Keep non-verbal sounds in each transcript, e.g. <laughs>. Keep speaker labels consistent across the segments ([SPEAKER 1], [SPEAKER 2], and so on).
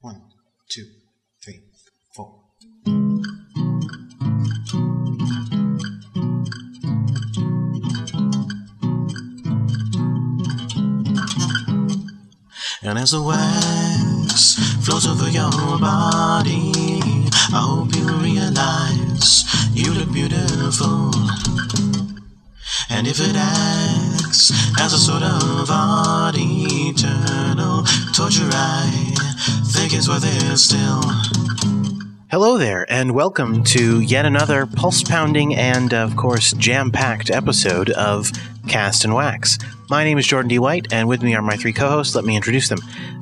[SPEAKER 1] One, two, three, four. And as the wax flows over your body, I hope you realize you look beautiful. And if it acts as a sort of odd eternal torture, I think it's worth it still. Hello there, and welcome to yet another pulse pounding and, of course, jam packed episode of Cast and Wax. My name is Jordan D. White, and with me are my three co hosts. Let me introduce them.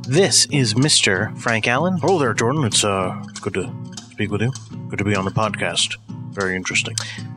[SPEAKER 1] This is Mr. Frank Allen. Hello there, Jordan. It's uh, good to speak with you. Good to be on the podcast. Very interesting.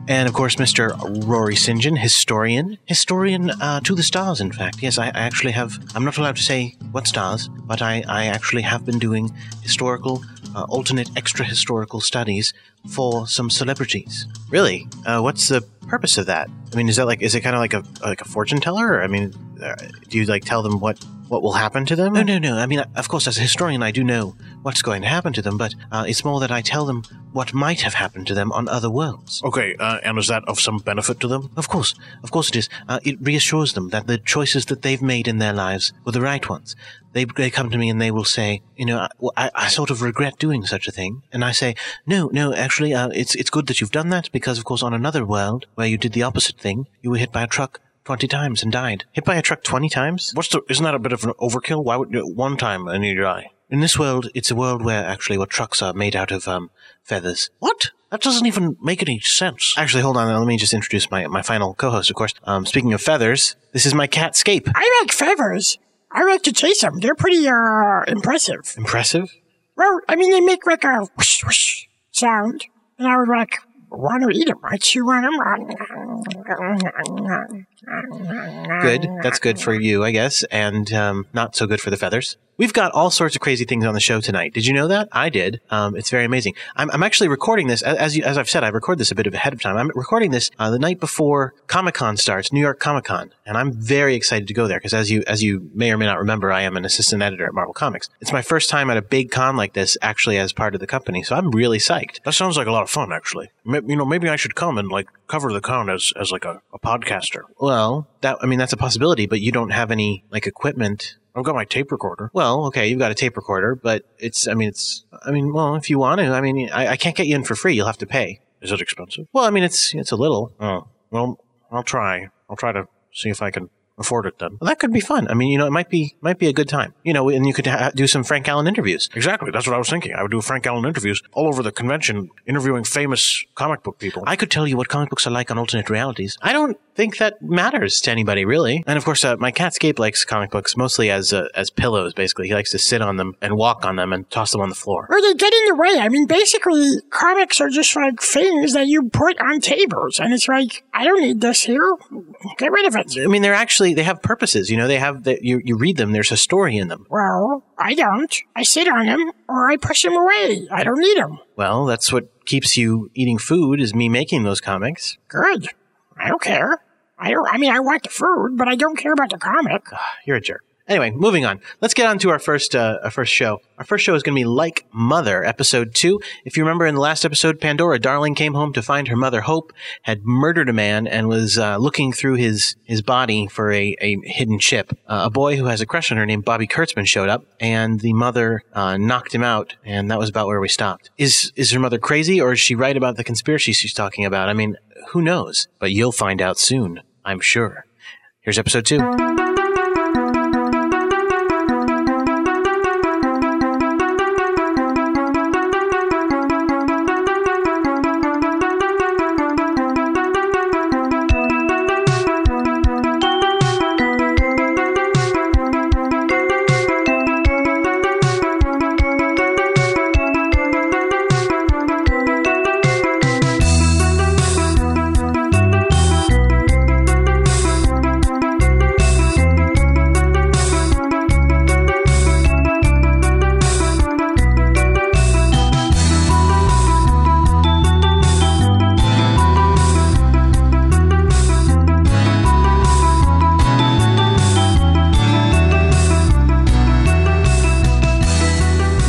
[SPEAKER 1] And, of course, Mr. Rory St. John, historian. Historian uh, to the stars, in fact. Yes, I, I actually have. I'm not allowed to say what stars, but I, I actually have been doing historical uh, alternate extra historical studies for some celebrities. Really, uh, what's the purpose of that? I mean, is that like is it kind of like a like a fortune teller? Or, I mean, uh, do you like tell them what what will happen to them? No, no, no. I mean, of course, as a historian, I do know what's going to happen to them, but uh, it's more that I tell them what might have happened to them on other worlds.
[SPEAKER 2] Okay, uh, and is that of some benefit to them?
[SPEAKER 1] Of course, of course it is. Uh, it reassures them that the choices that they've made in their lives were the right ones. They, they come to me and they will say, you know, I, well, I, I sort of regret doing such a thing. And I say, no, no, actually, uh, it's, it's good that you've done that because, of course, on another world where you did the opposite thing, you were hit by a truck 20 times and died. Hit by a truck 20 times?
[SPEAKER 2] What's the? Isn't that a bit of an overkill? Why would one time and you die?
[SPEAKER 1] In this world, it's a world where actually what trucks are made out of um, feathers.
[SPEAKER 2] What? That doesn't even make any sense.
[SPEAKER 1] Actually, hold on. Let me just introduce my, my final co-host, of course. Um, speaking of feathers, this is my cat Scape.
[SPEAKER 3] I like feathers. I like to chase them. They're pretty uh impressive.
[SPEAKER 1] Impressive.
[SPEAKER 3] Well, I mean, they make like a whoosh whoosh sound, and I would like want to eat them. I chew on them.
[SPEAKER 1] Good. That's good for you, I guess, and um, not so good for the feathers. We've got all sorts of crazy things on the show tonight. Did you know that? I did. Um, it's very amazing. I'm, I'm actually recording this, a- as you, as I've said, I record this a bit ahead of time. I'm recording this uh, the night before Comic Con starts, New York Comic Con, and I'm very excited to go there because, as you as you may or may not remember, I am an assistant editor at Marvel Comics. It's my first time at a big con like this, actually, as part of the company, so I'm really psyched.
[SPEAKER 2] That sounds like a lot of fun, actually. May- you know, maybe I should come and like cover the con as as like a, a podcaster.
[SPEAKER 1] Well, that I mean that's a possibility, but you don't have any like equipment.
[SPEAKER 2] I've got my tape recorder.
[SPEAKER 1] Well, okay, you've got a tape recorder, but it's I mean it's I mean well if you want to I mean I, I can't get you in for free. You'll have to pay.
[SPEAKER 2] Is it expensive?
[SPEAKER 1] Well, I mean it's it's a little.
[SPEAKER 2] Oh, well, I'll try. I'll try to see if I can afford it then.
[SPEAKER 1] Well, that could be fun. I mean you know it might be might be a good time. You know and you could ha- do some Frank Allen interviews.
[SPEAKER 2] Exactly. That's what I was thinking. I would do Frank Allen interviews all over the convention, interviewing famous comic book people.
[SPEAKER 1] I could tell you what comic books are like on alternate realities. I don't think that matters to anybody really. And of course, uh, my cat Scape likes comic books mostly as uh, as pillows. Basically, he likes to sit on them and walk on them and toss them on the floor.
[SPEAKER 3] Or they get in the way. I mean, basically, comics are just like things that you put on tables, and it's like, I don't need this here. Get rid of it.
[SPEAKER 1] I mean, they're actually they have purposes. You know, they have that you you read them. There's a story in them.
[SPEAKER 3] Well, I don't. I sit on them, or I push them away. I don't need them.
[SPEAKER 1] Well, that's what keeps you eating food is me making those comics.
[SPEAKER 3] Good. I don't care. I don't. I mean, I want the food, but I don't care about the comic.
[SPEAKER 1] <sighs> You're a jerk. Anyway, moving on. Let's get on to our first uh, our first show. Our first show is going to be Like Mother, episode two. If you remember in the last episode, Pandora Darling came home to find her mother Hope had murdered a man and was uh, looking through his his body for a, a hidden chip. Uh, a boy who has a crush on her named Bobby Kurtzman showed up, and the mother uh, knocked him out, and that was about where we stopped. Is is her mother crazy, or is she right about the conspiracy she's talking about? I mean, who knows? But you'll find out soon, I'm sure. Here's episode two.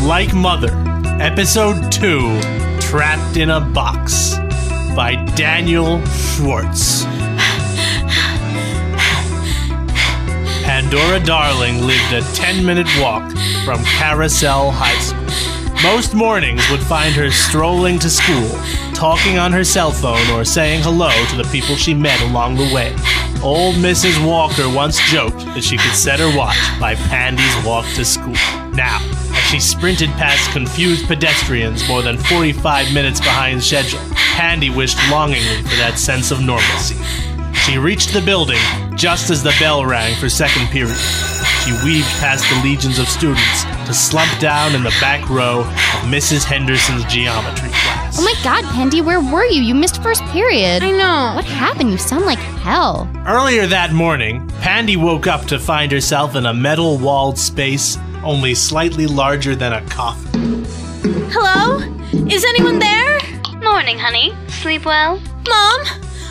[SPEAKER 4] Like Mother, Episode 2 Trapped in a Box by Daniel Schwartz. Pandora Darling lived a 10 minute walk from Carousel High School. Most mornings would find her strolling to school, talking on her cell phone or saying hello to the people she met along the way. Old Mrs. Walker once joked that she could set her watch by Pandy's walk to school. Now, as she sprinted past confused pedestrians more than 45 minutes behind schedule, Pandy wished longingly for that sense of normalcy. She reached the building just as the bell rang for second period. She weaved past the legions of students to slump down in the back row of Mrs. Henderson's geometry class.
[SPEAKER 5] Oh my god, Candy, where were you? You missed first period.
[SPEAKER 6] I know.
[SPEAKER 5] What happened? You sound like hell.
[SPEAKER 4] Earlier that morning, Pandy woke up to find herself in a metal walled space only slightly larger than a coffin.
[SPEAKER 6] Hello? Is anyone there?
[SPEAKER 7] Morning, honey. Sleep well?
[SPEAKER 6] Mom?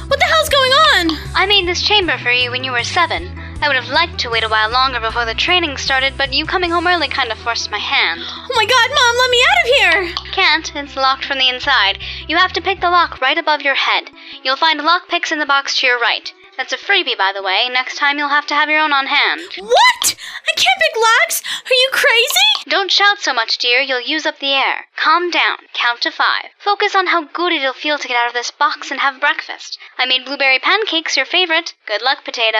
[SPEAKER 6] What the hell's going on?
[SPEAKER 7] I made this chamber for you when you were seven. I would have liked to wait a while longer before the training started, but you coming home early kind of forced my hand.
[SPEAKER 6] Oh my god, Mom, let me out of here!
[SPEAKER 7] Can't, it's locked from the inside. You have to pick the lock right above your head. You'll find lock picks in the box to your right. That's a freebie, by the way. Next time you'll have to have your own on hand.
[SPEAKER 6] What? I can't pick locks? Are you crazy?
[SPEAKER 7] Don't shout so much, dear. You'll use up the air. Calm down. Count to five. Focus on how good it'll feel to get out of this box and have breakfast. I made blueberry pancakes, your favorite. Good luck, potato.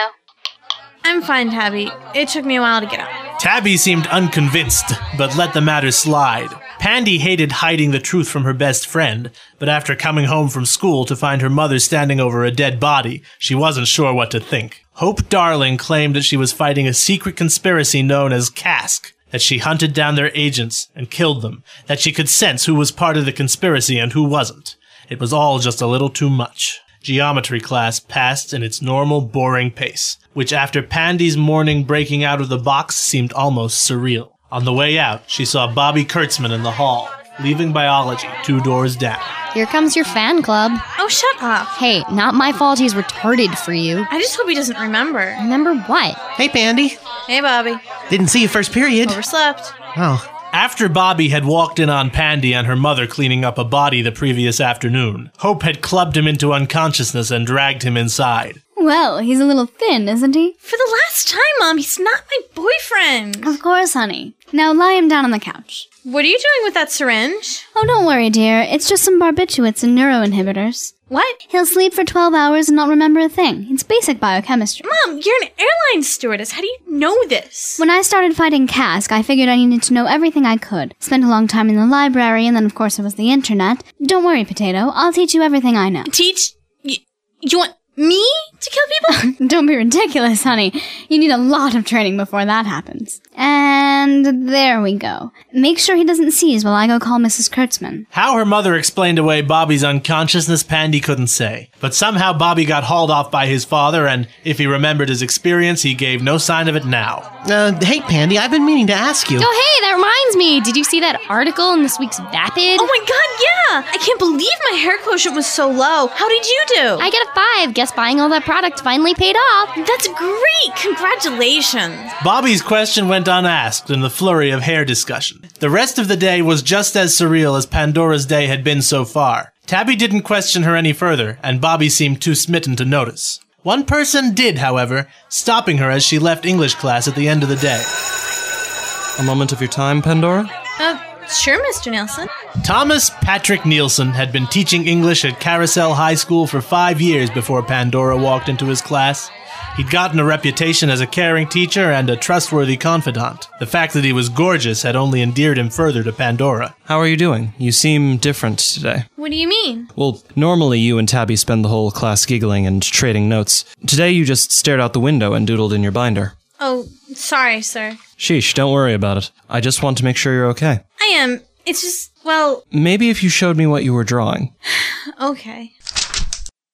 [SPEAKER 6] I'm fine, Tabby. It took me a while to get up.
[SPEAKER 4] Tabby seemed unconvinced, but let the matter slide. Pandy hated hiding the truth from her best friend, but after coming home from school to find her mother standing over a dead body, she wasn't sure what to think. Hope Darling claimed that she was fighting a secret conspiracy known as Cask, that she hunted down their agents and killed them, that she could sense who was part of the conspiracy and who wasn't. It was all just a little too much. Geometry class passed in its normal, boring pace, which after Pandy's morning breaking out of the box seemed almost surreal. On the way out, she saw Bobby Kurtzman in the hall, leaving biology two doors down.
[SPEAKER 5] Here comes your fan club.
[SPEAKER 6] Oh, shut up.
[SPEAKER 5] Hey, not my fault he's retarded for you.
[SPEAKER 6] I just hope he doesn't remember.
[SPEAKER 5] Remember what?
[SPEAKER 1] Hey, Pandy.
[SPEAKER 6] Hey, Bobby.
[SPEAKER 1] Didn't see you first period.
[SPEAKER 6] Overslept.
[SPEAKER 1] Oh,
[SPEAKER 4] After Bobby had walked in on Pandy and her mother cleaning up a body the previous afternoon, Hope had clubbed him into unconsciousness and dragged him inside.
[SPEAKER 5] Well, he's a little thin, isn't he?
[SPEAKER 6] For the last time, Mom, he's not my boyfriend.
[SPEAKER 5] Of course, honey. Now lie him down on the couch.
[SPEAKER 6] What are you doing with that syringe?
[SPEAKER 5] Oh, don't worry, dear. It's just some barbiturates and neuroinhibitors.
[SPEAKER 6] What?
[SPEAKER 5] He'll sleep for 12 hours and not remember a thing. It's basic biochemistry.
[SPEAKER 6] Mom, you're an airline stewardess. How do you know this?
[SPEAKER 5] When I started fighting Cask, I figured I needed to know everything I could. Spent a long time in the library, and then, of course, it was the internet. Don't worry, Potato. I'll teach you everything I know.
[SPEAKER 6] Teach? You, you want me to kill
[SPEAKER 5] <laughs>
[SPEAKER 6] people?
[SPEAKER 5] Don't be ridiculous, honey. You need a lot of training before that happens. And there we go. Make sure he doesn't seize while I go call Mrs. Kurtzman.
[SPEAKER 4] How her mother explained away Bobby's unconsciousness, Pandy couldn't say. But somehow Bobby got hauled off by his father, and if he remembered his experience, he gave no sign of it now.
[SPEAKER 1] uh, hey, Pandy. I've been meaning to ask you.
[SPEAKER 5] Oh, hey, that reminds me. Did you see that article in this week's Vapid?
[SPEAKER 6] Oh my god, yeah! I can't believe my hair quotient was so low. How did you do?
[SPEAKER 5] I get a five. Guess buying all that product finally paid off.
[SPEAKER 6] That's great! Congratulations!
[SPEAKER 4] Bobby's question went unasked in the flurry of hair discussion. The rest of the day was just as surreal as Pandora's day had been so far. Tabby didn't question her any further, and Bobby seemed too smitten to notice. One person did, however, stopping her as she left English class at the end of the day.
[SPEAKER 8] A moment of your time, Pandora?
[SPEAKER 6] Uh, sure, Mr. Nelson.
[SPEAKER 4] Thomas Patrick Nielsen had been teaching English at Carousel High School for five years before Pandora walked into his class. He'd gotten a reputation as a caring teacher and a trustworthy confidant. The fact that he was gorgeous had only endeared him further to Pandora.
[SPEAKER 8] How are you doing? You seem different today.
[SPEAKER 6] What do you mean?
[SPEAKER 8] Well, normally you and Tabby spend the whole class giggling and trading notes. Today you just stared out the window and doodled in your binder.
[SPEAKER 6] Oh, sorry, sir.
[SPEAKER 8] Sheesh, don't worry about it. I just want to make sure you're okay.
[SPEAKER 6] I am. It's just, well, <sighs>
[SPEAKER 8] Maybe if you showed me what you were drawing.
[SPEAKER 6] okay.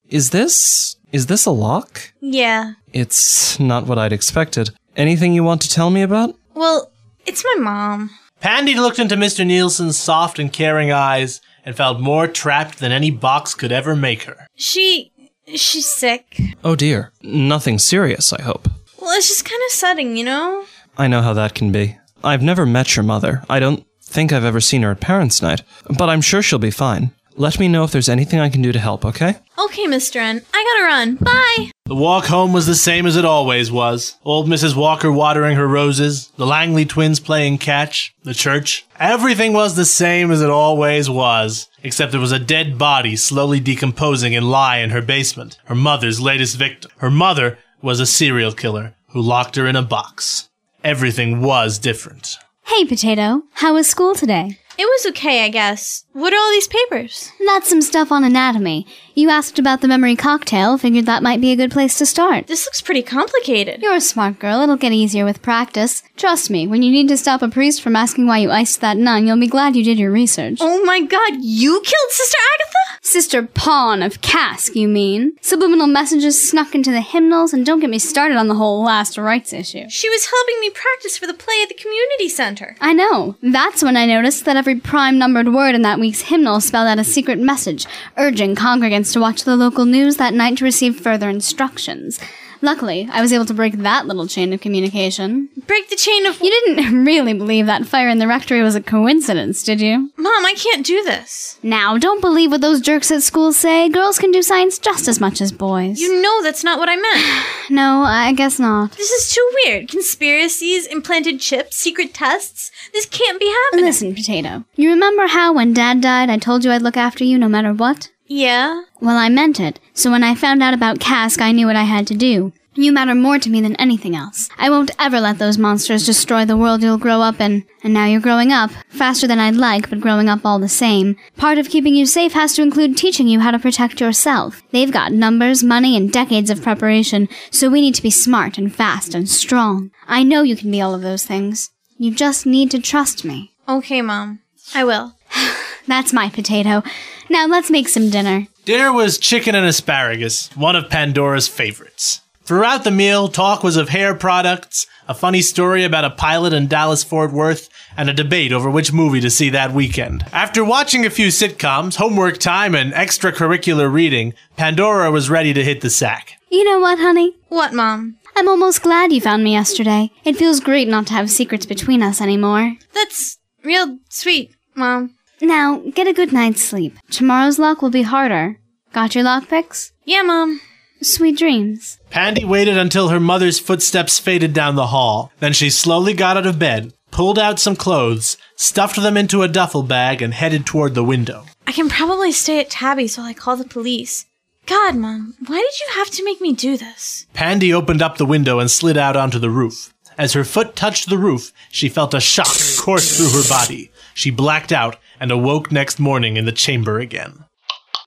[SPEAKER 8] Is this. is this a lock?
[SPEAKER 6] Yeah.
[SPEAKER 8] It's not what I'd expected. Anything you want to tell me about?
[SPEAKER 6] Well, it's my mom.
[SPEAKER 4] Pandy looked into Mr. Nielsen's soft and caring eyes and felt more trapped than any box could ever make her.
[SPEAKER 6] She. She's sick.
[SPEAKER 8] Oh dear. Nothing serious, I hope.
[SPEAKER 6] Well, it's just kind of sudden, you know?
[SPEAKER 8] I know how that can be. I've never met your mother. I don't
[SPEAKER 9] think I've ever seen her at Parents' Night, but I'm sure she'll be fine. Let me know if there's anything I can do to help, okay?
[SPEAKER 10] Okay, Mr. N, I gotta run. Bye.
[SPEAKER 4] The walk home was the same as it always was. Old Mrs. Walker watering her roses, the Langley twins playing catch, the church. Everything was the same as it always was, except there was a dead body slowly decomposing and lie in her basement, her mother's latest victim. Her mother was a serial killer who locked her in a box. Everything was different.
[SPEAKER 7] Hey, Potato, how was school today?
[SPEAKER 10] It was okay, I guess. What are all these papers?
[SPEAKER 7] That's some stuff on anatomy. You asked about the memory cocktail, figured that might be a good place to start.
[SPEAKER 10] This looks pretty complicated.
[SPEAKER 7] You're a smart girl, it'll get easier with practice. Trust me, when you need to stop a priest from asking why you iced that nun, you'll be glad you did your research.
[SPEAKER 10] Oh my god, you killed Sister Agatha?
[SPEAKER 7] Sister Pawn of Cask, you mean? Subliminal messages snuck into the hymnals, and don't get me started on the whole last rites issue.
[SPEAKER 10] She was helping me practice for the play at the community center.
[SPEAKER 7] I know. That's when I noticed that every prime numbered word in that week's hymnal spelled out a secret message, urging congregants to watch the local news that night to receive further instructions. Luckily, I was able to break that little chain of communication.
[SPEAKER 10] Break the chain of.
[SPEAKER 7] You didn't <laughs> really believe that fire in the rectory was a coincidence, did you?
[SPEAKER 10] Mom, I can't do this.
[SPEAKER 7] Now, don't believe what those jerks at school say. Girls can do science just as much as boys.
[SPEAKER 10] You know that's not what I meant.
[SPEAKER 7] No, I guess not.
[SPEAKER 10] This is too weird. Conspiracies, implanted chips, secret tests. This can't be happening.
[SPEAKER 7] Listen, Potato. You remember how when Dad died, I told you I'd look after you no matter what?
[SPEAKER 10] Yeah?
[SPEAKER 7] Well, I meant it. So when I found out about Cask, I knew what I had to do. You matter more to me than anything else. I won't ever let those monsters destroy the world you'll grow up in. And now you're growing up, faster than I'd like, but growing up all the same. Part of keeping you safe has to include teaching you how to protect yourself. They've got numbers, money, and decades of preparation, so we need to be smart and fast and strong. I know you can be all of those things. You just need to trust me.
[SPEAKER 10] Okay, Mom. I will.
[SPEAKER 7] <sighs> That's my potato. Now let's make some dinner.
[SPEAKER 4] Dinner was chicken and asparagus, one of Pandora's favorites. Throughout the meal, talk was of hair products, a funny story about a pilot in Dallas Fort Worth, and a debate over which movie to see that weekend. After watching a few sitcoms, homework time, and extracurricular reading, Pandora was ready to hit the sack.
[SPEAKER 7] You know what, honey?
[SPEAKER 10] What, Mom?
[SPEAKER 7] I'm almost glad you found me yesterday. It feels great not to have secrets between us anymore.
[SPEAKER 10] That's real sweet, Mom.
[SPEAKER 7] Now, get a good night's sleep. Tomorrow's lock will be harder. Got your lock picks?
[SPEAKER 10] Yeah, Mom.
[SPEAKER 7] Sweet dreams.
[SPEAKER 4] Pandy waited until her mother's footsteps faded down the hall. Then she slowly got out of bed, pulled out some clothes, stuffed them into a duffel bag, and headed toward the window.
[SPEAKER 10] I can probably stay at Tabby's while I call the police. God, Mom, why did you have to make me do this?
[SPEAKER 4] Pandy opened up the window and slid out onto the roof. As her foot touched the roof, she felt a shock course through her body. She blacked out and awoke next morning in the chamber again.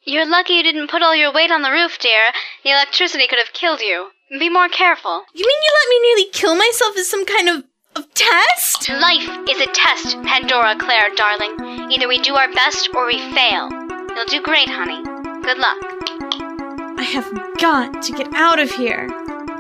[SPEAKER 3] You're lucky you didn't put all your weight on the roof, dear. The electricity could have killed you. Be more careful.
[SPEAKER 10] You mean you let me nearly kill myself as some kind of, of test?
[SPEAKER 3] Life is a test, Pandora Claire, darling. Either we do our best or we fail. You'll do great, honey. Good luck.
[SPEAKER 10] I have got to get out of here.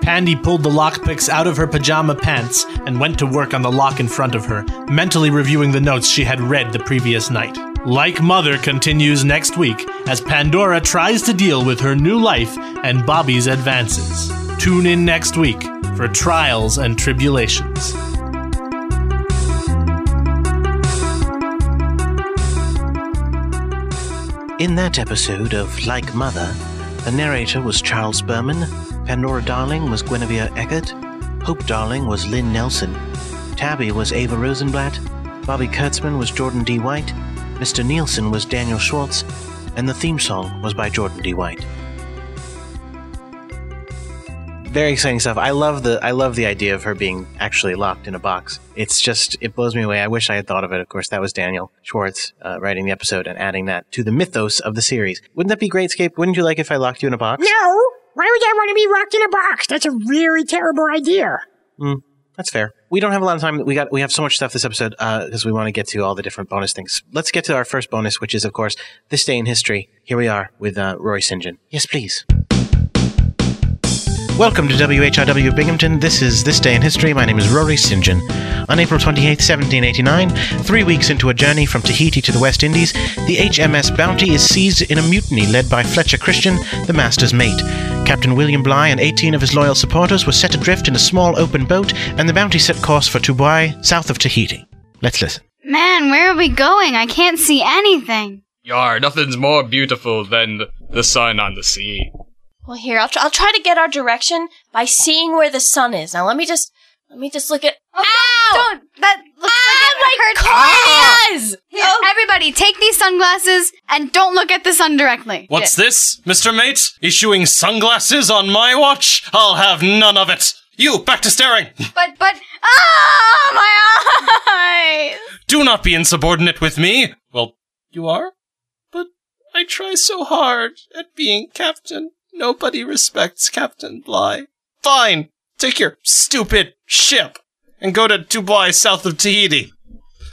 [SPEAKER 4] Pandy pulled the lockpicks out of her pajama pants and went to work on the lock in front of her, mentally reviewing the notes she had read the previous night. Like Mother continues next week as Pandora tries to deal with her new life and Bobby's advances. Tune in next week for Trials and Tribulations.
[SPEAKER 1] In that episode of Like Mother, the narrator was Charles Berman, Pandora Darling was Guinevere Eckert, Hope Darling was Lynn Nelson, Tabby was Ava Rosenblatt, Bobby Kurtzman was Jordan D. White, Mr. Nielsen was Daniel Schwartz, and the theme song was by Jordan D. White. Very exciting stuff. I love the I love the idea of her being actually locked in a box. It's just it blows me away. I wish I had thought of it. Of course, that was Daniel Schwartz uh, writing the episode and adding that to the mythos of the series. Wouldn't that be great, Scape? Wouldn't you like if I locked you in a box?
[SPEAKER 11] No! Why would I want to be locked in a box? That's a really terrible idea.
[SPEAKER 1] That's fair. We don't have a lot of time. We got we have so much stuff this episode because we want to get to all the different bonus things. Let's get to our first bonus, which is of course this day in history. Here we are with uh, Roy St. John. Yes, please. Welcome to WHRW Binghamton. This is This Day in History. My name is Rory St. John. On April 28, 1789, three weeks into a journey from Tahiti to the West Indies, the HMS Bounty is seized in a mutiny led by Fletcher Christian, the master's mate. Captain William Bligh and 18 of his loyal supporters were set adrift in a small open boat, and the Bounty set course for Tubuai, south of Tahiti. Let's listen.
[SPEAKER 7] Man, where are we going? I can't see anything.
[SPEAKER 12] Yar, nothing's more beautiful than th- the sun on the sea.
[SPEAKER 13] Well, here I'll, tr- I'll try to get our direction by seeing where the sun is. Now let me just let me just look at. Ah,
[SPEAKER 7] Ow! Don't, that looks like it hurts my corneas! Here, Everybody, take these sunglasses and don't look at the sun directly.
[SPEAKER 8] What's this, Mr. Mate? Issuing sunglasses on my watch? I'll have none of it. You, back to staring.
[SPEAKER 7] But, but, ah, my eyes!
[SPEAKER 8] Do not be insubordinate with me. Well, you are? But I try so hard at being captain. Nobody respects Captain Bligh. Fine. Take your stupid ship and go to Dubai south of Tahiti.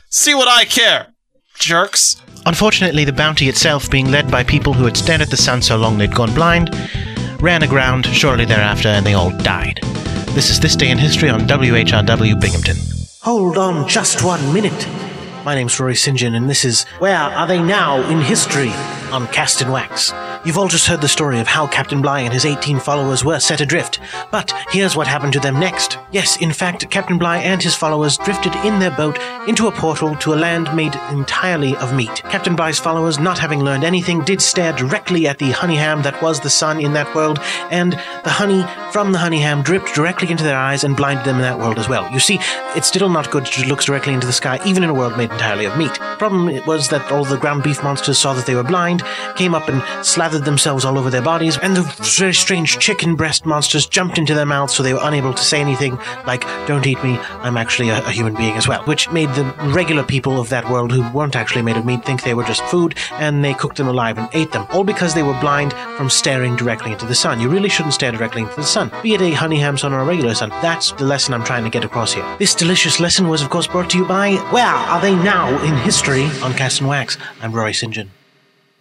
[SPEAKER 8] See what I care, jerks.
[SPEAKER 14] Unfortunately, the bounty itself, being led by people who had stared at the sun so long they'd gone blind, ran aground shortly thereafter and they all died. This is This Day in History on WHRW Binghamton.
[SPEAKER 1] Hold on just one minute. My name's Rory St. John, and this is Where Are They Now in History on Cast in Wax. You've all just heard the story of how Captain Bligh and his 18 followers were set adrift, but here's what happened to them next. Yes, in fact, Captain Bligh and his followers drifted in their boat into a portal to a land made entirely of meat. Captain Bligh's followers, not having learned anything, did stare directly at the honey ham that was the sun in that world, and the honey from the honey ham dripped directly into their eyes and blinded them in that world as well. You see, it's still not good to look directly into the sky, even in a world made entirely of meat. Problem was that all the ground beef monsters saw that they were blind, came up and slathered themselves all over their bodies, and the very strange chicken breast monsters jumped into their mouths so they were unable to say anything like, Don't eat me, I'm actually a, a human being as well, which made the regular people of that world who weren't actually made of meat think they were just food, and they cooked them alive and ate them, all because they were blind from staring directly into the sun. You really shouldn't stare directly into the sun, be it a honey ham sun or a regular sun. That's the lesson I'm trying to get across here. This delicious lesson was, of course, brought to you by Where Are They Now in History on Cast and Wax. I'm Roy St. John.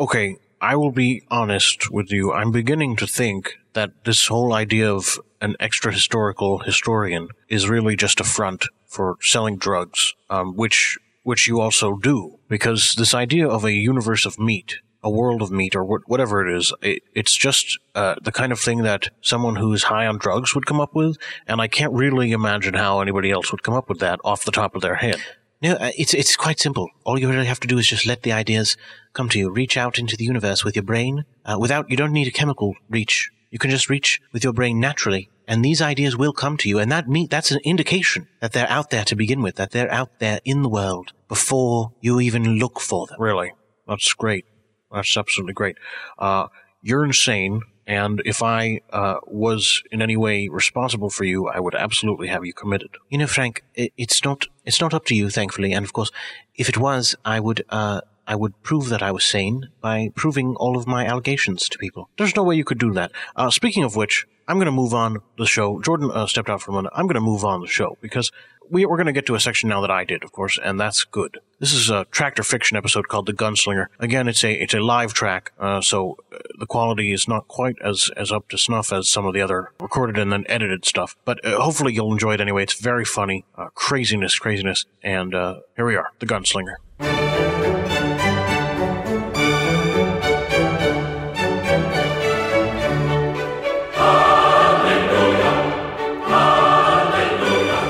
[SPEAKER 2] Okay, I will be honest with you. I'm beginning to think that this whole idea of an extra historical historian is really just a front for selling drugs, um, which which you also do, because this idea of a universe of meat, a world of meat, or wh- whatever it is, it, it's just uh, the kind of thing that someone who's high on drugs would come up with, and I can't really imagine how anybody else would come up with that off the top of their head.
[SPEAKER 1] No, uh, it's it's quite simple. All you really have to do is just let the ideas come to you. Reach out into the universe with your brain. Uh, without you don't need a chemical reach. You can just reach with your brain naturally, and these ideas will come to you. And that mean, that's an indication that they're out there to begin with. That they're out there in the world before you even look for them.
[SPEAKER 2] Really, that's great. That's absolutely great. Uh, you're insane, and if I uh, was in any way responsible for you, I would absolutely have you committed.
[SPEAKER 1] You know, Frank, i it's not it's not up to you, thankfully. And of course, if it was, I would uh, I would prove that I was sane by proving all of my allegations to people.
[SPEAKER 2] There's no way you could do that. Uh, speaking of which, I'm going to move on the show. Jordan uh, stepped out for a moment. I'm going to move on the show because we, we're going to get to a section now that I did, of course, and that's good. This is a tractor fiction episode called The Gunslinger. Again, it's a it's a live track, uh, so uh, the quality is not quite as as up to snuff as some of the other recorded and then edited stuff. But uh, hopefully you'll enjoy it anyway. It's very funny, uh, craziness, craziness, and uh, here we are, The Gunslinger.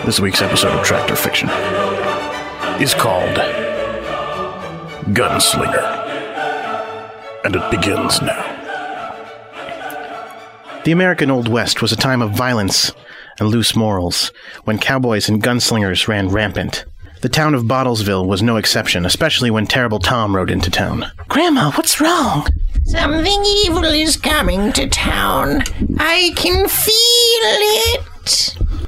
[SPEAKER 15] This week's episode of Tractor Fiction is called Gunslinger. And it begins now.
[SPEAKER 14] The American Old West was a time of violence and loose morals, when cowboys and gunslingers ran rampant. The town of Bottlesville was no exception, especially when Terrible Tom rode into town. Grandma, what's wrong?
[SPEAKER 3] Something evil is coming to town. I can feel it.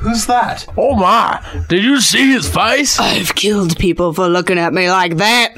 [SPEAKER 16] Who's that? Oh my! Did you see his face?
[SPEAKER 17] I've killed people for looking at me like that.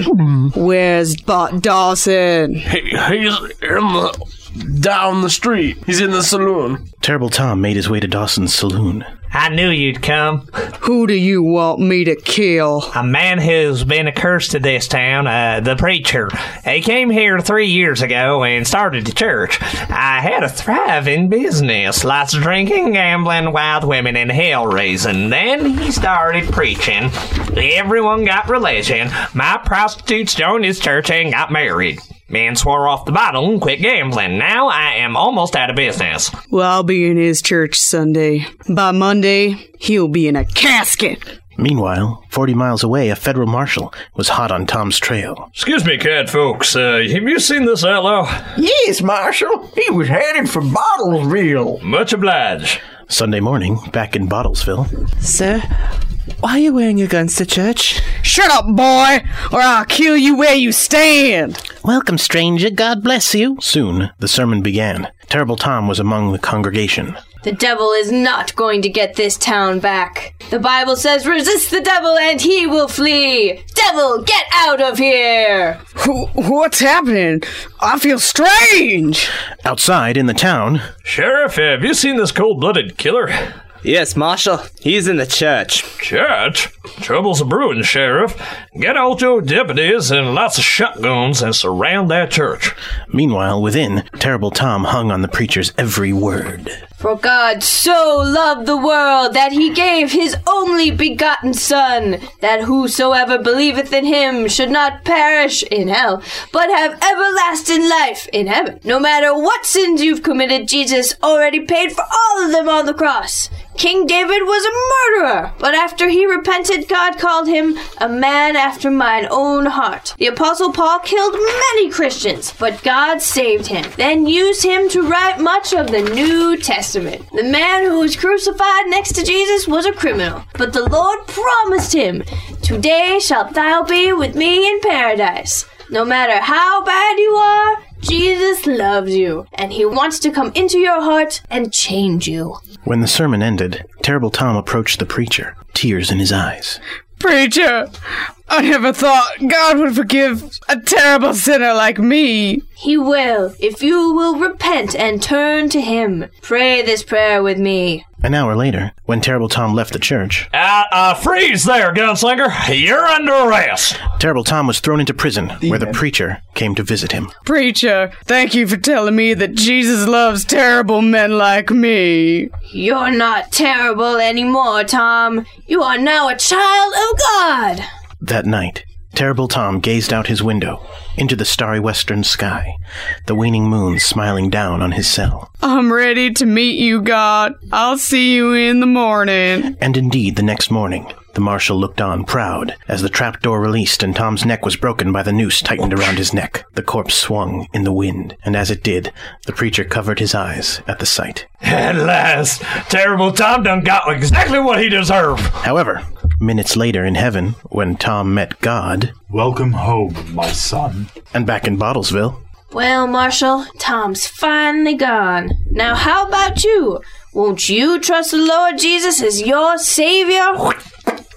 [SPEAKER 17] Where's Bart Dawson?
[SPEAKER 16] He, he's in the down the street. He's in the saloon.
[SPEAKER 14] Terrible Tom made his way to Dawson's saloon.
[SPEAKER 18] I knew you'd come.
[SPEAKER 17] Who do you want me to kill?
[SPEAKER 18] A man who's been a curse to this town, uh, the preacher. He came here three years ago and started a church. I had a thriving business, lots of drinking, gambling, wild women, and hell raising. Then he started preaching. Everyone got religion. My prostitutes joined his church and got married. Man swore off the bottle and quit gambling. Now I am almost out of business.
[SPEAKER 17] Well, I'll be in his church Sunday. By Monday, he'll be in a casket.
[SPEAKER 1] Meanwhile, 40 miles away, a federal marshal was hot on Tom's trail.
[SPEAKER 18] Excuse me, cat folks. Uh, have you seen this outlaw?
[SPEAKER 19] Yes, Marshal. He was headed for Bottlesville.
[SPEAKER 18] Much obliged.
[SPEAKER 1] Sunday morning, back in Bottlesville.
[SPEAKER 17] Sir, why are you wearing your guns to church?
[SPEAKER 20] Shut up, boy, or I'll kill you where you stand.
[SPEAKER 1] Welcome, stranger. God bless you. Soon, the sermon began. Terrible Tom was among the congregation.
[SPEAKER 13] The devil is not going to get this town back. The Bible says, resist the devil and he will flee. Devil, get out of here.
[SPEAKER 20] Wh- what's happening? I feel strange.
[SPEAKER 1] Outside in the town,
[SPEAKER 18] Sheriff, have you seen this cold blooded killer?
[SPEAKER 21] Yes, Marshal. He's in the church.
[SPEAKER 18] Church? Trouble's a brewing, Sheriff. Get out your deputies and lots of shotguns and surround that church.
[SPEAKER 1] Meanwhile, within, Terrible Tom hung on the preacher's every word.
[SPEAKER 13] For God so loved the world that he gave his only begotten Son, that whosoever believeth in him should not perish in hell, but have everlasting life in heaven. No matter what sins you've committed, Jesus already paid for all of them on the cross. King David was a murderer, but after he repented, God called him a man after mine own heart. The Apostle Paul killed many Christians, but God saved him, then used him to write much of the New Testament. The man who was crucified next to Jesus was a criminal, but the Lord promised him, Today shalt thou be with me in paradise. No matter how bad you are, Jesus loves you, and he wants to come into your heart and change you.
[SPEAKER 1] When the sermon ended, Terrible Tom approached the preacher, tears in his eyes.
[SPEAKER 17] Preacher, I never thought God would forgive a terrible sinner like me.
[SPEAKER 13] He will, if you will repent and turn to him. Pray this prayer with me.
[SPEAKER 1] An hour later, when Terrible Tom left the church,
[SPEAKER 18] Uh, uh, freeze there, gunslinger. You're under arrest.
[SPEAKER 1] Terrible Tom was thrown into prison, where the preacher came to visit him.
[SPEAKER 17] Preacher, thank you for telling me that Jesus loves terrible men like me.
[SPEAKER 13] You're not terrible anymore, Tom. You are now a child of God.
[SPEAKER 1] That night, Terrible Tom gazed out his window into the starry western sky, the waning moon smiling down on his cell.
[SPEAKER 17] I'm ready to meet you, God. I'll see you in the morning.
[SPEAKER 1] And indeed, the next morning, the marshal looked on proud as the trapdoor released and Tom's neck was broken by the noose tightened around his neck. The corpse swung in the wind, and as it did, the preacher covered his eyes at the sight.
[SPEAKER 18] <laughs> At last, Terrible Tom done got exactly what he deserved.
[SPEAKER 1] However, minutes later in heaven, when Tom met God,
[SPEAKER 22] Welcome home, my son.
[SPEAKER 1] And back in Bottlesville,
[SPEAKER 13] Well, Marshal, Tom's finally gone. Now, how about you? Won't you trust the Lord Jesus as your Savior?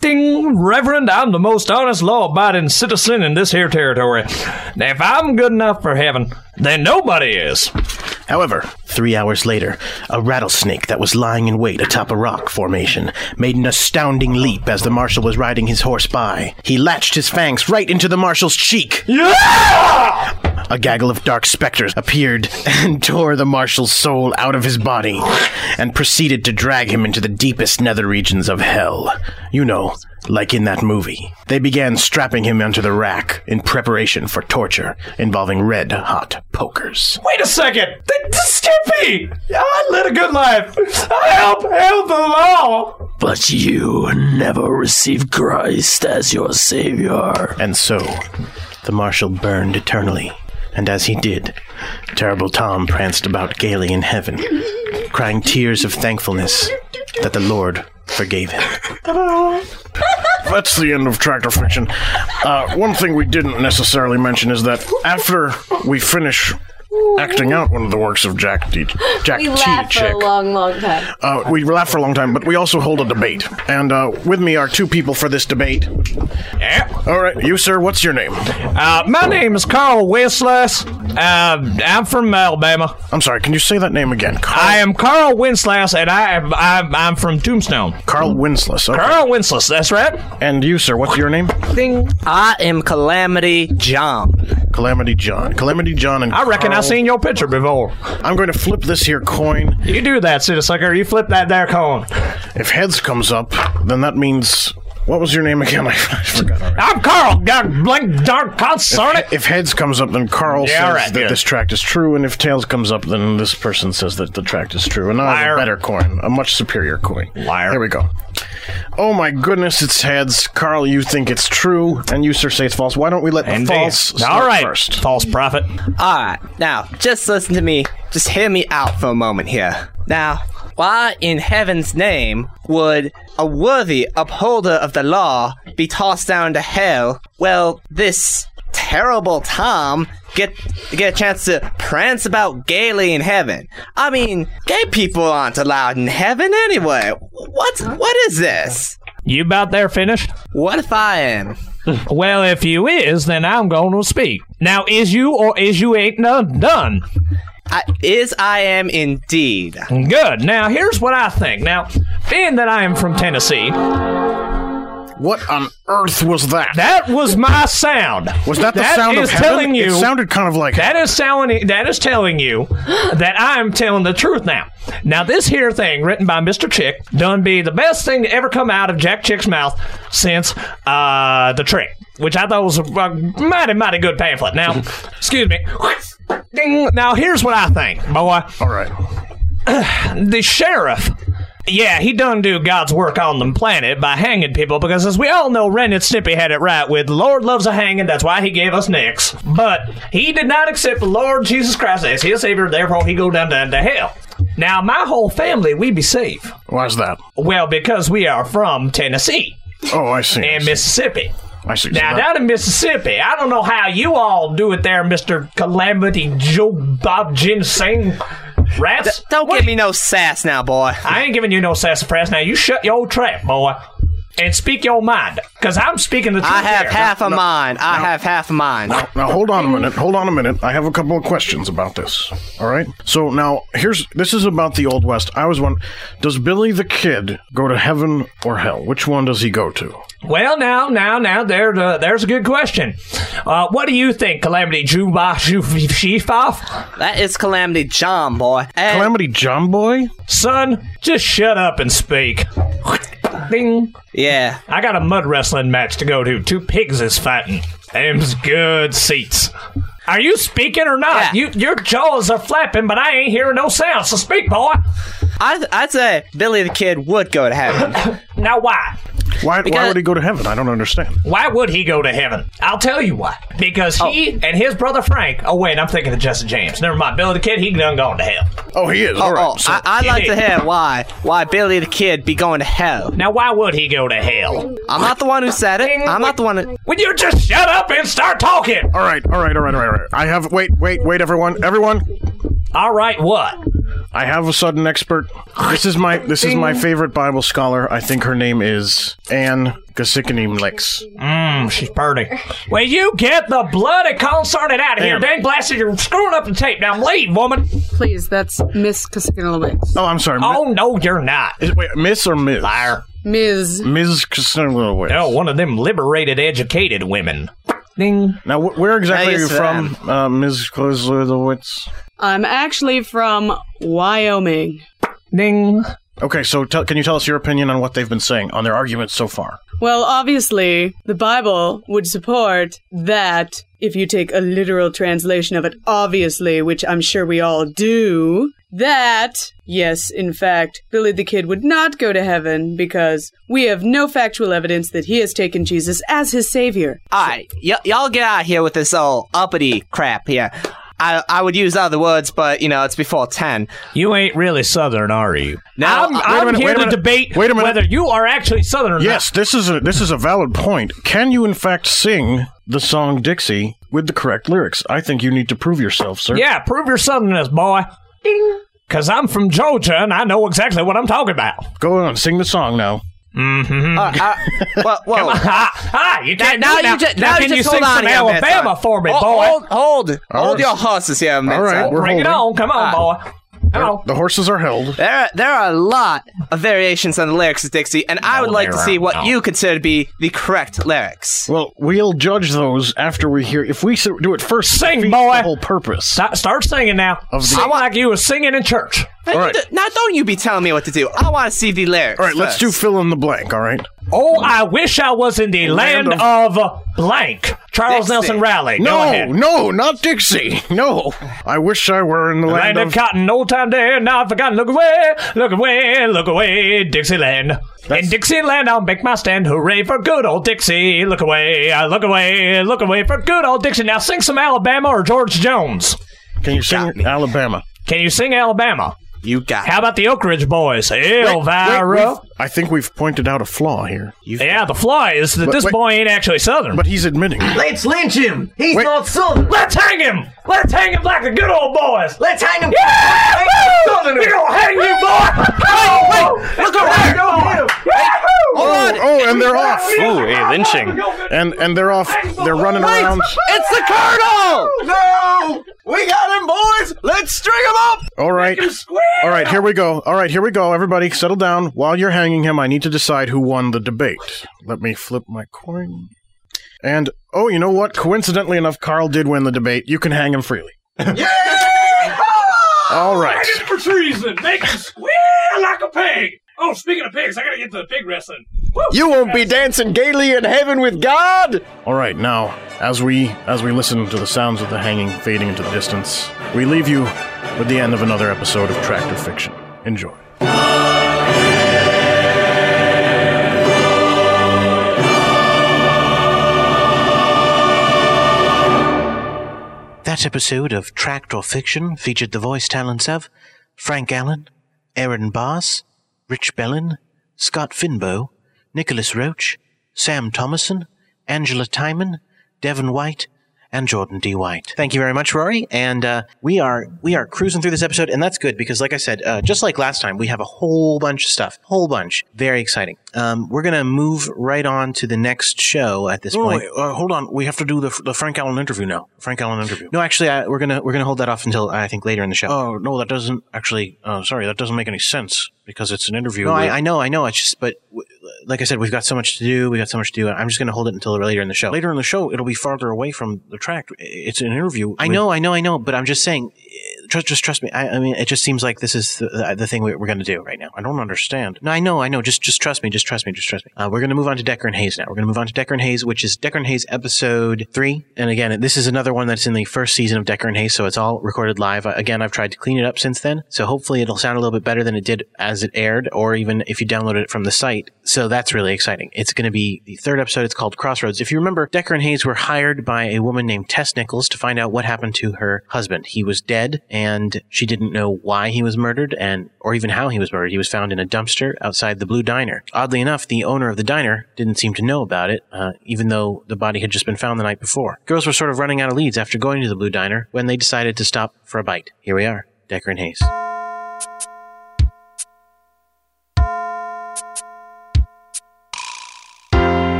[SPEAKER 18] Ding, Reverend, I'm the most honest law abiding citizen in this here territory. Now, if I'm good enough for heaven, then nobody is.
[SPEAKER 1] However, three hours later, a rattlesnake that was lying in wait atop a rock formation made an astounding leap as the marshal was riding his horse by. He latched his fangs right into the marshal's cheek. A gaggle of dark specters appeared and tore the marshal's soul out of his body and proceeded to drag him into the deepest nether regions of hell. You know, like in that movie. They began strapping him onto the rack in preparation for torture involving red hot pokers.
[SPEAKER 18] Wait a second! Th- th- Skippy! I led a good life! I help, help the law!
[SPEAKER 22] But you never received Christ as your savior.
[SPEAKER 1] And so, the marshal burned eternally. And as he did, Terrible Tom pranced about gaily in heaven, crying tears of thankfulness that the Lord forgave him.
[SPEAKER 2] That's the end of Tractor Fiction. Uh, one thing we didn't necessarily mention is that after we finish acting out one of the works of Jack D. Jack
[SPEAKER 13] we
[SPEAKER 2] T.
[SPEAKER 13] laugh for
[SPEAKER 2] Chick,
[SPEAKER 13] a long, long time.
[SPEAKER 2] uh, we laugh for a long time, but we also hold a debate. And uh, with me are two people for this debate. All right, you, sir, what's your name?
[SPEAKER 18] Uh, my name is Carl Winslas. Uh, I'm from Alabama.
[SPEAKER 2] I'm sorry, can you say that name again?
[SPEAKER 18] I am Carl Winslas, and I am, I'm, I'm from Tombstone.
[SPEAKER 2] Carl Winslas. Okay.
[SPEAKER 18] Carl Winslas, that's right.
[SPEAKER 2] And you, sir, what's your name?
[SPEAKER 18] Ding.
[SPEAKER 21] I am Calamity John.
[SPEAKER 2] Calamity John. Calamity John and
[SPEAKER 18] I reckon
[SPEAKER 2] Carl-
[SPEAKER 18] I've seen your picture before.
[SPEAKER 2] I'm going to flip this here coin.
[SPEAKER 18] You do that, citizen. You flip that there coin.
[SPEAKER 2] If heads comes up, then that means what was your name again? <laughs> I, forgot.
[SPEAKER 18] I'm Carl. God, blank, dark, concern it.
[SPEAKER 2] If heads comes up, then Carl
[SPEAKER 18] Yeah,
[SPEAKER 2] says
[SPEAKER 18] right,
[SPEAKER 2] that
[SPEAKER 18] yeah.
[SPEAKER 2] this tract is true, and if tails comes up, then this person says that the tract is true. And I have a better coin, a much superior coin. Liar. There we go. Oh my goodness, it's heads. Carl, you think it's true, and you, sir, say it's false. Why don't we let the false
[SPEAKER 20] All
[SPEAKER 2] start
[SPEAKER 20] right.
[SPEAKER 2] first?
[SPEAKER 20] False prophet. All right. Now, just listen to me. Just hear me out for a moment here. Now, why in heaven's name would a worthy upholder of the law be tossed down to hell? Well, this terrible Tom get get a chance to prance about gaily in heaven. I mean, gay people aren't allowed in heaven anyway. What what is this?
[SPEAKER 18] You about there finished?
[SPEAKER 20] What if I am?
[SPEAKER 18] Well, if you is, then I'm going to speak. Now, is you or is you ain't none done?
[SPEAKER 20] I, is I am indeed.
[SPEAKER 18] Good. Now, here's what I think. Now, being that I am from Tennessee.
[SPEAKER 2] What on earth was that?
[SPEAKER 18] That was my sound.
[SPEAKER 2] Was that the sound of
[SPEAKER 18] is
[SPEAKER 2] heaven?
[SPEAKER 18] telling you.
[SPEAKER 2] It sounded kind of like
[SPEAKER 18] that is telling that is telling you that I'm telling the truth now. Now this here thing written by Mr. Chick done be the best thing to ever come out of Jack Chick's mouth since uh, the trick, which I thought was a, a mighty mighty good
[SPEAKER 2] <laughs>
[SPEAKER 18] pamphlet. Now, excuse me. Ding. Now here's what I think, boy.
[SPEAKER 2] All right.
[SPEAKER 18] <sighs> the sheriff. Yeah, he done do God's work on the planet by hanging people because, as we all know, Ren and Snippy had it right with Lord loves a hanging, that's why he gave us necks. But he did not accept the Lord Jesus Christ as his savior, therefore he go down to, to hell. Now, my whole family, we be safe.
[SPEAKER 2] Why's that?
[SPEAKER 18] Well, because we are from Tennessee.
[SPEAKER 2] Oh, I see.
[SPEAKER 18] And Mississippi.
[SPEAKER 2] I see.
[SPEAKER 18] Now, down in Mississippi, I don't know how you all do it there, Mr. Calamity Joe Bob Ginseng Rats.
[SPEAKER 20] don't give me no sass now, boy.
[SPEAKER 18] I ain't giving you no sassafras. Now, you shut your old trap, boy, and speak your mind, because I'm speaking the truth.
[SPEAKER 20] I have
[SPEAKER 18] here.
[SPEAKER 20] half a mind. I have half a mind.
[SPEAKER 2] Now, now hold on a minute. Hold on a minute. I have a couple of questions about this. All right. So now here's this is about the Old West. I was one. Does Billy the Kid go to heaven or hell? Which one does he go to?
[SPEAKER 18] Well, now, now, now, there's a, there's a good question. Uh, what do you think, Calamity Juba Sheefoff?
[SPEAKER 20] That is Calamity John, boy.
[SPEAKER 2] Calamity John, boy?
[SPEAKER 18] Son, just shut up and speak. Ding.
[SPEAKER 20] Yeah.
[SPEAKER 18] I got a mud wrestling match to go to. Two pigs is fighting. Them's good seats. Are you speaking or not? You, your jaws are flapping, but I ain't hearing no sound, so speak, boy.
[SPEAKER 20] I, I'd say Billy the Kid would go to heaven.
[SPEAKER 18] <coughs> now, why?
[SPEAKER 2] Why, why
[SPEAKER 18] Because-
[SPEAKER 2] would he go to heaven? I don't understand.
[SPEAKER 18] Why would he go to heaven? I'll tell you why. Because he
[SPEAKER 20] Oh.
[SPEAKER 18] and his brother Frank. Oh wait, I'm thinking of Jesse James. Never mind. Billy the Kid, he done gone to hell.
[SPEAKER 2] Oh, he is.
[SPEAKER 20] Oh, oh, I, I'd like to hear why why Billy the Kid be going to hell.
[SPEAKER 18] Now, why would he go to hell?
[SPEAKER 20] I'm not the one who said it. I'm not the one. Who...
[SPEAKER 18] Would you just shut up and start talking?
[SPEAKER 2] All right, all right, all right, all right, all right. I have. Wait, wait, wait, everyone, everyone.
[SPEAKER 18] All right, what?
[SPEAKER 2] I have a sudden expert. This is my this is my
[SPEAKER 18] Ding.
[SPEAKER 2] favorite Bible scholar. I think her name is Anne Gasikanim Licks.
[SPEAKER 18] Mmm, she's burning. Will you get the bloody concerted out of here?
[SPEAKER 2] Damn.
[SPEAKER 18] Dang blasted, you're screwing up the tape. Now leave, woman.
[SPEAKER 17] Please, that's Miss Cassignolowicz.
[SPEAKER 2] Oh, I'm sorry.
[SPEAKER 18] Oh no, you're not.
[SPEAKER 2] Is, wait, Miss or Ms?
[SPEAKER 18] Liar.
[SPEAKER 17] Ms.
[SPEAKER 2] Ms. Gasikanim
[SPEAKER 18] No, one of them liberated, educated women. Ding.
[SPEAKER 2] Now, wh- where exactly are you
[SPEAKER 18] Nice,
[SPEAKER 2] from, uh, Ms. Kozlowitz?
[SPEAKER 17] I'm actually from Wyoming.
[SPEAKER 18] Ding.
[SPEAKER 2] Okay, so tell can you tell us your opinion on what they've been saying on their arguments so far?
[SPEAKER 17] Well, obviously, the Bible would support that if you take a literal translation of it, obviously, which I'm sure we all do, that, yes, in fact, Billy the Kid would not go to heaven because we have no factual evidence that he has taken Jesus as his savior.
[SPEAKER 20] All right, y- y'all get out of here with this old uppity crap here. I, I would use other words, but you know it's before ten.
[SPEAKER 18] You ain't really Southern, are you?
[SPEAKER 20] Now uh,
[SPEAKER 18] I'm, I'm here to debate
[SPEAKER 2] Wait a minute.
[SPEAKER 18] whether you are actually Southern or
[SPEAKER 2] Yes, this is a this is a valid point. Can you in fact sing the song Dixie with the correct lyrics? I think you need to prove yourself, sir.
[SPEAKER 18] not. Yeah, prove your southernness, boy. Ding. Because I'm from Georgia and I know exactly what I'm talking about.
[SPEAKER 2] Go on, sing the song now.
[SPEAKER 18] Mm-hmm.
[SPEAKER 20] Uh,
[SPEAKER 18] <laughs>
[SPEAKER 20] well, well,
[SPEAKER 18] ah, ah, you can't
[SPEAKER 20] now
[SPEAKER 18] do
[SPEAKER 20] you
[SPEAKER 18] now,
[SPEAKER 20] just
[SPEAKER 18] now,
[SPEAKER 20] now
[SPEAKER 18] can
[SPEAKER 20] just
[SPEAKER 18] you
[SPEAKER 20] hold
[SPEAKER 18] sing
[SPEAKER 20] on
[SPEAKER 18] some
[SPEAKER 20] here a minute,
[SPEAKER 18] Alabama
[SPEAKER 20] son.
[SPEAKER 18] for me,
[SPEAKER 20] Hold-
[SPEAKER 18] boy?
[SPEAKER 20] Hold, hold,
[SPEAKER 2] All
[SPEAKER 20] hold
[SPEAKER 2] right.
[SPEAKER 20] your horses here, a minute,
[SPEAKER 2] All right,
[SPEAKER 20] son. Ah.
[SPEAKER 2] we're
[SPEAKER 18] Bring it
[SPEAKER 2] holding.
[SPEAKER 18] on, come on, boy. Come on.
[SPEAKER 2] The horses are held.
[SPEAKER 20] There, are- there are a lot of variations on the lyrics of Dixie, and I would like to
[SPEAKER 2] there
[SPEAKER 20] see
[SPEAKER 2] aren't,
[SPEAKER 20] what
[SPEAKER 2] no.
[SPEAKER 20] you consider to be the correct lyrics.
[SPEAKER 2] Well, we'll judge those after we hear. If we s- do it first, it
[SPEAKER 18] Sing,
[SPEAKER 2] defeats
[SPEAKER 18] boy.
[SPEAKER 2] The whole purpose.
[SPEAKER 18] Start, start singing now.
[SPEAKER 2] Of the-
[SPEAKER 18] Sing like you was singing in church.
[SPEAKER 20] Now, you d- now, don't you be telling me what to do. I want to see the lyrics.
[SPEAKER 2] All right, let's do fill in the blank. All right.
[SPEAKER 18] Oh, I wish I was in the land, of, blank. Charles Nelson Raleigh. Go
[SPEAKER 2] No,
[SPEAKER 18] ahead.
[SPEAKER 2] no, not Dixie. <laughs> No. I wish I were in the land,
[SPEAKER 18] Land of cotton, old time there, not forgotten. Look away, look away, look away, Dixieland. In Dixieland, I'll make my stand. Hooray for good old Dixie. Look away, uh, look away, look away for good old Dixie. Now sing some Alabama or George Jones.
[SPEAKER 2] Can you sing Alabama?
[SPEAKER 18] Can you sing Alabama?
[SPEAKER 20] You got
[SPEAKER 18] How about the Oak Ridge Boys?
[SPEAKER 2] Wait,
[SPEAKER 18] Elvira.
[SPEAKER 2] we've- I think we've pointed out a flaw here.
[SPEAKER 18] Yeah, the flaw is that
[SPEAKER 2] But
[SPEAKER 18] this
[SPEAKER 2] wait-
[SPEAKER 18] boy ain't actually Southern. But
[SPEAKER 2] he's admitting.
[SPEAKER 6] Let's lynch him. He's
[SPEAKER 2] Wait.
[SPEAKER 6] not Southern.
[SPEAKER 18] Let's hang him. Let's hang him like the good old boys.
[SPEAKER 6] Let's hang him.
[SPEAKER 18] Yeah!
[SPEAKER 6] Woo!
[SPEAKER 18] We're gonna hang you, boy.
[SPEAKER 6] <laughs>
[SPEAKER 18] Oh, wait. Look around.
[SPEAKER 2] Oh, oh, and they're off.
[SPEAKER 10] Ooh, a lynching.
[SPEAKER 2] And and they're off. They're running around.
[SPEAKER 10] It's the colonel!
[SPEAKER 6] No! We got him, boys! Let's string him up!
[SPEAKER 2] All right. All right, here we go. All right, here we go. Everybody, settle down. While you're hanging him, I need to decide who won the debate. Let me flip my coin. And oh, you know what? Coincidentally enough, Carl did win the debate. You can hang him freely. All right.
[SPEAKER 10] for treason. Make him squeal like a pig. Oh, speaking of pigs, I gotta get to the pig wrestling.
[SPEAKER 3] You won't be dancing gaily in heaven with God.
[SPEAKER 2] All right, now, as we as we listen to the sounds of the hanging fading into the distance, we leave you with the end of another episode of Tractor Fiction. Enjoy.
[SPEAKER 1] That episode of Tract or Fiction featured the voice talents of Frank Allen, Aaron Bass, Rich Bellin, Scott Finbow, Nicholas Roach, Sam Thomason, Angela Tyman, Devin White, and Jordan D. White. Thank you very much, Rory. And uh, we are we are cruising through this episode, and that's good because, like I said, uh, just like last time, we have a whole bunch of stuff, whole bunch, very exciting. Um, we're gonna move right on to the next show at this
[SPEAKER 23] Oh,
[SPEAKER 1] point.
[SPEAKER 23] wait, uh, hold on. We have to do the, the Frank Allen interview now. Frank Allen interview.
[SPEAKER 1] No, actually, I, we're gonna we're gonna hold that off until I think later in the show.
[SPEAKER 23] Oh no, that doesn't actually. Uh, sorry, that doesn't make any sense because it's an interview.
[SPEAKER 1] no,
[SPEAKER 23] with-
[SPEAKER 1] I, I know, I know. It's just, but w- like I said, we've got so much to do. We got so much to do. and I'm just gonna hold it until later in the show.
[SPEAKER 23] later in the show, it'll be farther away from the track. It's an interview.
[SPEAKER 1] I
[SPEAKER 23] with-
[SPEAKER 1] know, I know, I know. But I'm just saying, just just trust me. I, I mean, it just seems like this is the, the thing we- we're gonna do right now. I don't understand. No, I know, I know. Just just trust me. Just trust me. Just trust me. Uh, we're gonna move on to Decker and Hayes now. We're gonna move on to Decker and Hayes, which is Decker and Hayes episode three. And again, this is another one that's in the first season of Decker and Hayes, so it's all recorded live. Uh, Again, I've tried to clean it up since then, so hopefully it'll sound a little bit better than it did as it aired, or even if you download it from the site. So that's really exciting. It's going to be the third episode. It's called Crossroads. If you remember, Decker and Hayes were hired by a woman named Tess Nichols to find out what happened to her husband. He was dead, and she didn't know why he was murdered, and or even how he was murdered. He was found in a dumpster outside the Blue Diner. Oddly enough, the owner of the diner didn't seem to know about it, uh, even though the body had just been found the night before. Girls were sort of running out of leads after going to the Blue Diner when they decided to stop for a bite. Here we are, Decker and Hayes.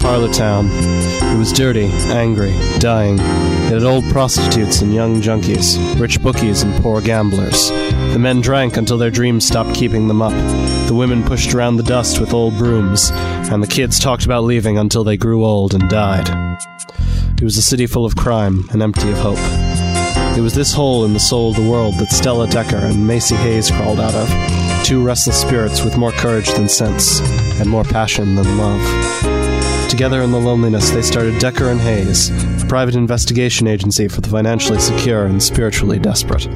[SPEAKER 14] Parlortown. It was dirty, angry, dying. It had old prostitutes and young junkies, rich bookies and poor gamblers. The men drank until their dreams stopped keeping them up. The women pushed around the dust with old brooms, and the kids talked about leaving until they grew old and died. It was a city full of crime and empty of hope. It was this hole in the soul of the world that Stella Decker and Macy Hayes crawled out of, two restless spirits with more courage than sense, and more passion than love. Together in the loneliness, they started Decker and Hayes, a private investigation agency for the financially secure and spiritually desperate.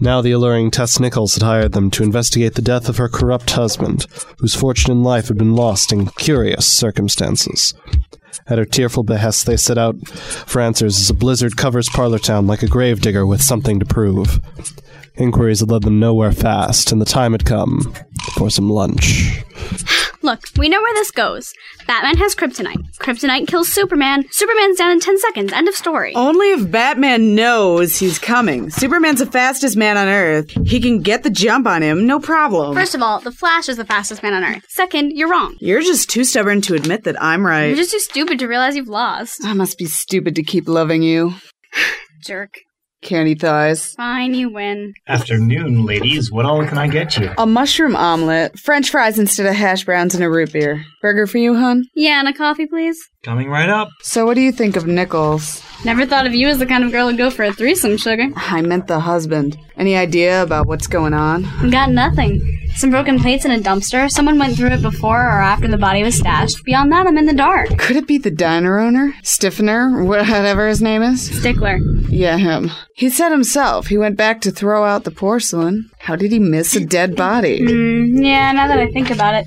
[SPEAKER 14] Now the alluring Tess Nichols had hired them to investigate the death of her corrupt husband, whose fortune and life had been lost in curious circumstances. At her tearful behest, they set out for answers as a blizzard covers Parlortown like a gravedigger with something to prove. Inquiries had led them nowhere fast, and the time had come for some lunch.
[SPEAKER 7] Look, we know where this goes. Batman has kryptonite. Kryptonite kills Superman. Superman's down in 10 seconds. End of story.
[SPEAKER 24] Only if Batman knows he's coming. Superman's the fastest man on Earth. He can get the jump on him, no problem.
[SPEAKER 7] First of all, the Flash is the fastest man on Earth. Second, you're wrong.
[SPEAKER 24] You're just too stubborn to admit that I'm right.
[SPEAKER 7] You're just too stupid to realize you've lost.
[SPEAKER 17] I must be stupid to keep loving you.
[SPEAKER 7] Jerk.
[SPEAKER 17] Candy thighs.
[SPEAKER 7] Fine, you win.
[SPEAKER 11] Afternoon, ladies. What all can I get you?
[SPEAKER 17] A mushroom omelet, french fries instead of hash browns, and a root beer. Burger for you, hun?
[SPEAKER 7] Yeah, and a coffee, please.
[SPEAKER 11] Coming right up.
[SPEAKER 17] So, what do you think of Nichols?
[SPEAKER 7] Never thought of you as the kind of girl who'd go for a threesome, sugar.
[SPEAKER 17] I meant the husband. Any idea about what's going on?
[SPEAKER 7] Got nothing. Some broken plates in a dumpster. Someone went through it before or after the body was stashed. Beyond that, I'm in the dark.
[SPEAKER 17] Could it be the diner owner? Stiffener? <laughs> Whatever his name is?
[SPEAKER 7] Stickler.
[SPEAKER 17] Yeah, him. He said himself he went back to throw out the porcelain. How did he miss a dead body?
[SPEAKER 11] Mm-hmm.
[SPEAKER 7] Mm, yeah, now that I think about it.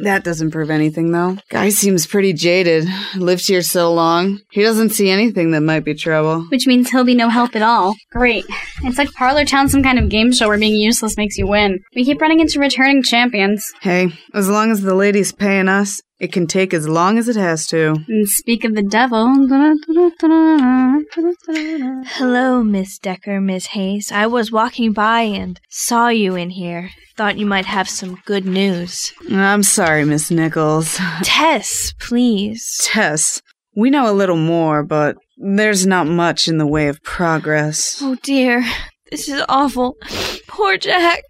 [SPEAKER 17] that doesn't prove anything, though. Guy seems pretty jaded. Lived here so long. He doesn't see anything that might be trouble.
[SPEAKER 7] Which means he'll be no help at all. Great. It's like Parlor Town, some kind of game show where being useless makes you win. We keep running into returning champions.
[SPEAKER 17] Hey, as long as the lady's paying us, it can take as long as it has to.
[SPEAKER 7] And speak of the devil.
[SPEAKER 4] Hello, Miss Decker, Miss Hayes. I was walking by and saw you in here. Thought you might have some good news.
[SPEAKER 17] I'm sorry, Miss Nichols. <laughs>
[SPEAKER 4] Tess, please.
[SPEAKER 17] Tess, we know a little more, but there's not much in the way
[SPEAKER 4] <laughs>
[SPEAKER 17] of progress.
[SPEAKER 4] Oh dear, this is awful. Poor Jack.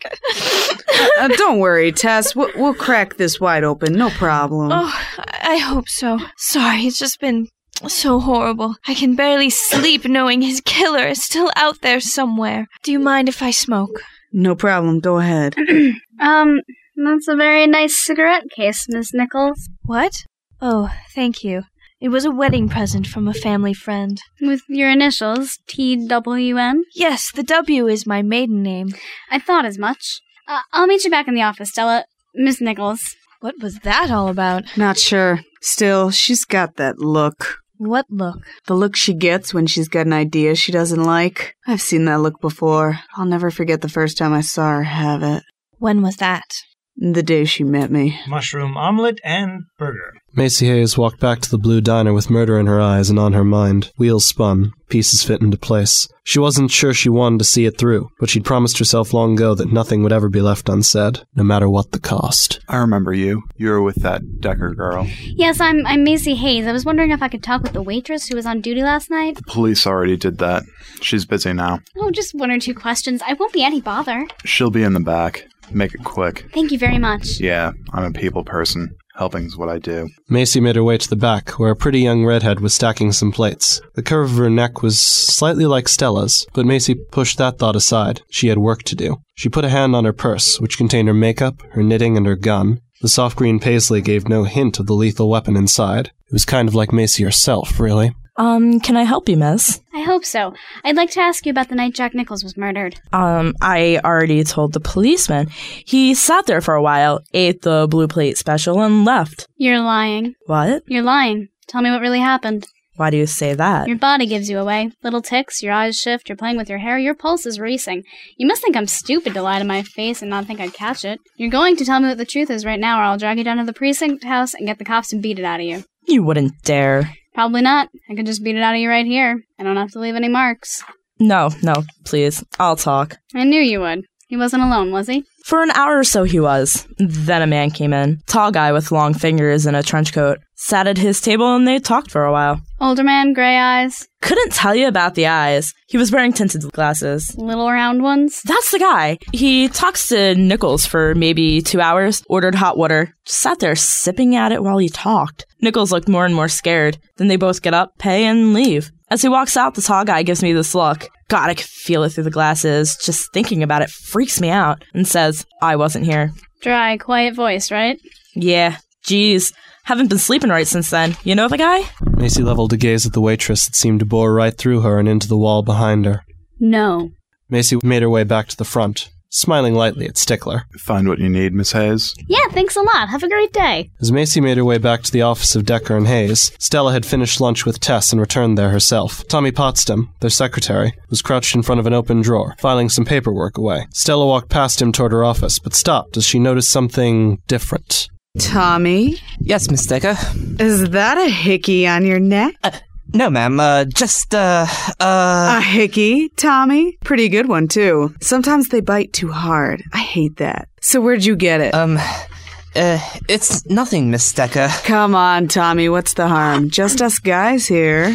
[SPEAKER 17] Uh, don't worry, Tess. We'll, we'll crack this wide open, no problem.
[SPEAKER 4] Oh, I I hope so. Sorry, it's just been so horrible. I can barely sleep knowing his killer is still out there somewhere. Do you mind if I smoke?
[SPEAKER 17] No problem,
[SPEAKER 4] <clears throat>
[SPEAKER 17] go ahead.
[SPEAKER 7] Um, that's a very nice cigarette case, Miss Nichols.
[SPEAKER 4] What? Oh, thank you. It was a wedding present from a family friend.
[SPEAKER 7] With your initials, TWN?
[SPEAKER 4] Yes, the W is my maiden name.
[SPEAKER 7] I thought as much. Uh, I'll meet you back in the office, Stella. Miss Nichols.
[SPEAKER 4] What was that all about?
[SPEAKER 17] Not sure. Still, she's got that look.
[SPEAKER 4] What look?
[SPEAKER 17] The look she gets when she's got an idea she doesn't like. I've seen that look before. I'll never forget the first time I saw her have it.
[SPEAKER 4] When was that?
[SPEAKER 17] The day she met me.
[SPEAKER 11] Mushroom omelet and burger.
[SPEAKER 14] Macy Hayes walked back to the blue diner with murder in her eyes and on her mind. Wheels spun, pieces fit into place. She wasn't sure she wanted to see it through, but she'd promised herself long ago that nothing would ever be left unsaid, no matter what the cost.
[SPEAKER 25] I remember you. You were with that Decker girl.
[SPEAKER 7] Yes, I'm, I'm Macy Hayes. I was wondering if I could talk with the waitress who was on duty last night.
[SPEAKER 25] Police already did that. She's busy now.
[SPEAKER 7] Oh, just one or two questions. I won't be any bother.
[SPEAKER 25] She'll be in the back. Make it quick.
[SPEAKER 7] Thank you very much.
[SPEAKER 25] Yeah, I'm a people person. Helping's what I do.
[SPEAKER 14] Macy made her way to the back, where a pretty young redhead was stacking some plates. The curve of her neck was slightly like Stella's, but Macy pushed that thought aside. She had work to do. She put a hand on her purse, which contained her makeup, her knitting, and her gun. The soft green paisley gave no hint of the lethal weapon inside. It was kind of like Macy herself, really.
[SPEAKER 26] Um, can I help you, miss?
[SPEAKER 7] I hope so. I'd like to ask you about the night Jack Nichols was murdered.
[SPEAKER 26] Um, I already told the policeman. He sat there for a while, ate the blue plate special, and left.
[SPEAKER 7] You're lying.
[SPEAKER 26] What?
[SPEAKER 7] You're lying. Tell me what really happened.
[SPEAKER 26] Why do you say that?
[SPEAKER 7] Your body gives you away. Little ticks, your eyes shift, you're playing with your hair, your pulse is racing. You must think I'm stupid to lie to my face and not think I'd catch it. You're going to tell me what the truth is right now, or I'll drag you down to the precinct house and get the cops to beat it out of you.
[SPEAKER 26] You wouldn't dare.
[SPEAKER 7] Probably not. I could just beat it out of you right here. I don't have to leave any marks.
[SPEAKER 26] No, no, please. I'll talk.
[SPEAKER 7] I knew you would. He wasn't alone, was he?
[SPEAKER 26] For an hour or so he was. Then a man came in. Tall guy with long fingers and a trench coat. Sat at his table and they talked for a while.
[SPEAKER 7] Older man, gray eyes,
[SPEAKER 26] Couldn't tell you about the eyes. He was wearing tinted glasses.
[SPEAKER 7] little round ones.
[SPEAKER 26] That's the guy. He talks to Nichols for maybe two hours, ordered hot water, just sat there sipping at it while he talked. Nichols looked more and more scared. Then they both get up, pay, and leave. As he walks out, the tall guy gives me this look. God, I can feel it through the glasses. Just thinking about it freaks me out and says, I wasn't here.
[SPEAKER 7] Dry, quiet voice, right?
[SPEAKER 26] Yeah, geez. Haven't been sleeping right since then. You know the guy?
[SPEAKER 14] Macy leveled a gaze at the waitress that seemed to bore right through her and into the wall behind her.
[SPEAKER 7] No.
[SPEAKER 14] Macy made her way back to the front, smiling lightly at Stickler.
[SPEAKER 25] Find what you need, Miss Hayes.
[SPEAKER 7] Yeah, thanks a lot. Have a great day.
[SPEAKER 14] As Macy made her way back to the office of Decker and Hayes, Stella had finished lunch with Tess and returned there herself. Tommy Potsdam, their secretary, was crouched in front of an open drawer, filing some paperwork away. Stella walked past him toward her office, but stopped as she noticed something different.
[SPEAKER 17] Tommy?
[SPEAKER 20] Yes, Miss Decker.
[SPEAKER 17] Is that a hickey on your neck?
[SPEAKER 20] No, ma'am. Uh, just uh,
[SPEAKER 17] uh. A hickey, Tommy? Pretty good one too. Sometimes they bite too hard. I hate that. So where'd you get it?
[SPEAKER 20] Um, uh, it's nothing, Miss Decker.
[SPEAKER 17] Come on, Tommy. What's the harm? Just us
[SPEAKER 20] <laughs>
[SPEAKER 17] guys here.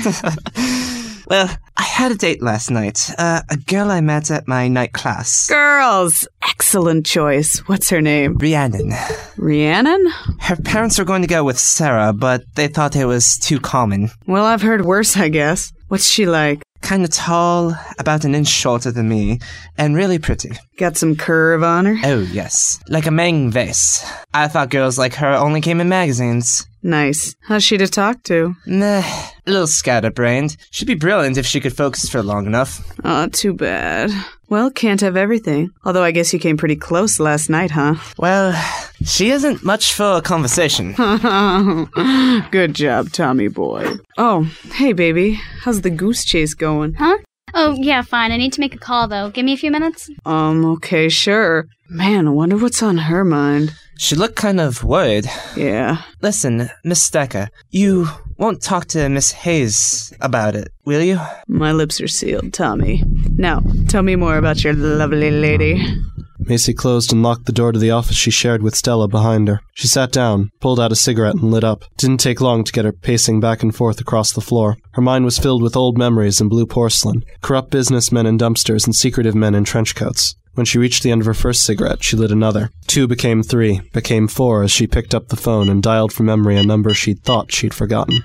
[SPEAKER 20] Well, I had a date last night. Uh, a girl I met at my night class.
[SPEAKER 17] Girls, excellent choice. What's her name?
[SPEAKER 20] Rhiannon.
[SPEAKER 17] Rhiannon?
[SPEAKER 20] Her parents were going to go with Sarah, but they thought it was too common.
[SPEAKER 17] Well, I've heard worse, I guess. What's she like?
[SPEAKER 20] Kind of tall, about an inch shorter than me, and really pretty.
[SPEAKER 17] Got some curve on her?
[SPEAKER 20] Oh, yes. Like a Meng vase. I thought girls like her only came in magazines.
[SPEAKER 17] Nice. How's she to talk to?
[SPEAKER 20] Nah, a little scatterbrained. She'd be brilliant if she could focus for long enough.
[SPEAKER 17] Aw, too bad. Well, can't have everything. Although I guess you came pretty close last night, huh?
[SPEAKER 20] Well, she isn't much for conversation.
[SPEAKER 17] <laughs> Good job, Tommy boy. Oh, hey, baby. How's the goose chase going?
[SPEAKER 7] Huh? Oh, yeah, fine. I need to make a call, though. Give me a few minutes.
[SPEAKER 17] Um, okay, sure. Man, I wonder what's on her mind.
[SPEAKER 20] She looked kind of worried.
[SPEAKER 17] Yeah.
[SPEAKER 20] Listen, Miss Decker, you won't talk to Miss Hayes about it, will you?
[SPEAKER 17] My lips are sealed, Tommy. Now, tell me more about your lovely lady.
[SPEAKER 14] Macy closed and locked the door to the office she shared with Stella behind her. She sat down, pulled out a cigarette, and lit up. It didn't take long to get her pacing back and forth across the floor. Her mind was filled with old memories and blue porcelain, corrupt businessmen in dumpsters, and secretive men in trench coats. When she reached the end of her first cigarette, she lit another. Two became three, became four as she picked up the phone and dialed from memory a number she'd thought she'd forgotten.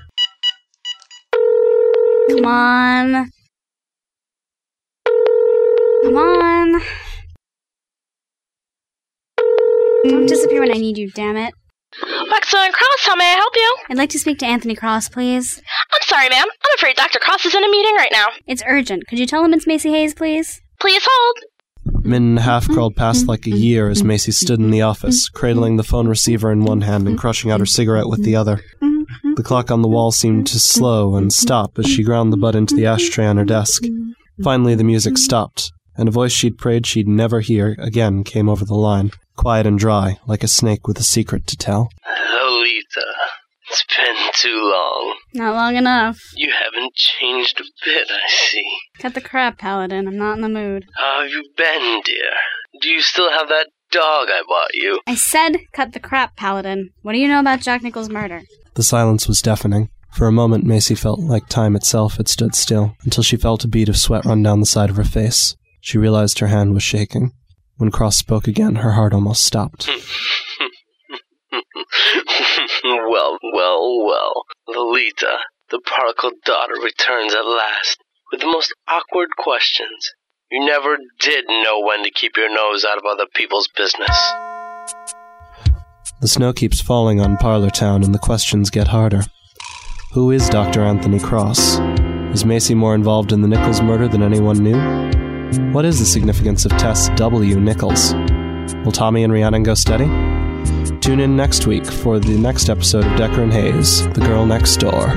[SPEAKER 7] Come on. Come on. Don't disappear when I need you, damn it.
[SPEAKER 9] Maxwell and Cross, how may I help you?
[SPEAKER 7] I'd like to speak to Anthony Cross, please.
[SPEAKER 9] I'm sorry, ma'am. I'm afraid Dr. Cross is in a meeting right now.
[SPEAKER 7] It's urgent. Could you tell him it's Macy Hayes, please?
[SPEAKER 9] Please hold.
[SPEAKER 14] Min and a half crawled past like a year as Macy stood in the office, cradling the phone receiver in one hand and crushing out her cigarette with the other. The clock on the wall seemed to slow and stop as she ground the butt into the ashtray on her desk. Finally, the music stopped, and a voice she'd prayed she'd never hear again came over the line, quiet and dry, like a snake with a secret to tell.
[SPEAKER 16] Lolita, it's been too long.
[SPEAKER 7] Not long enough.
[SPEAKER 16] You haven't changed a bit, I see.
[SPEAKER 7] Cut the crap, Paladin. I'm not in the mood.
[SPEAKER 16] How have you been, dear? Do you still have that dog I bought you? <laughs>
[SPEAKER 7] I said cut the crap, Paladin. What do you know about Jack Nichols' murder?
[SPEAKER 14] The silence was deafening. For a moment, Macy felt like time itself had stood still, until she felt a bead of sweat run down the side of her face. She realized her hand was shaking. When Cross spoke again, her heart almost stopped.
[SPEAKER 16] well, well, well. Lolita, the prodigal daughter returns at last with the most awkward questions. You never did know when to keep your nose out of other people's business.
[SPEAKER 14] The snow keeps falling on Parlor Town, and the questions get harder. Who is Dr. Anthony Cross? Is Macy more involved in the Nichols murder than anyone knew? What is the significance of Tess W. Nichols? Will Tommy and Rhiannon go steady? Tune in next week for the next episode of Decker and Hayes, The Girl Next Door.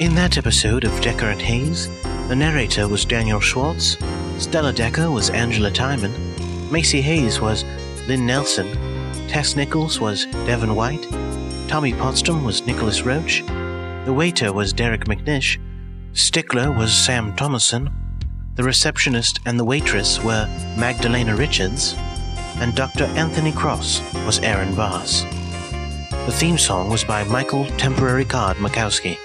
[SPEAKER 1] In that episode of Decker and Hayes, the narrator was Daniel Schwartz, Stella Decker was Angela Timon, Macy Hayes was Lynn Nelson, Tess Nichols was Devon White, Tommy Potsdam was Nicholas Roach, the waiter was Derek McNish, Stickler was Sam Thomason, the receptionist and the waitress were Magdalena Richards, and Dr. Anthony Cross was Aaron Bars. The theme song was by Michael Temporary Card Makowski.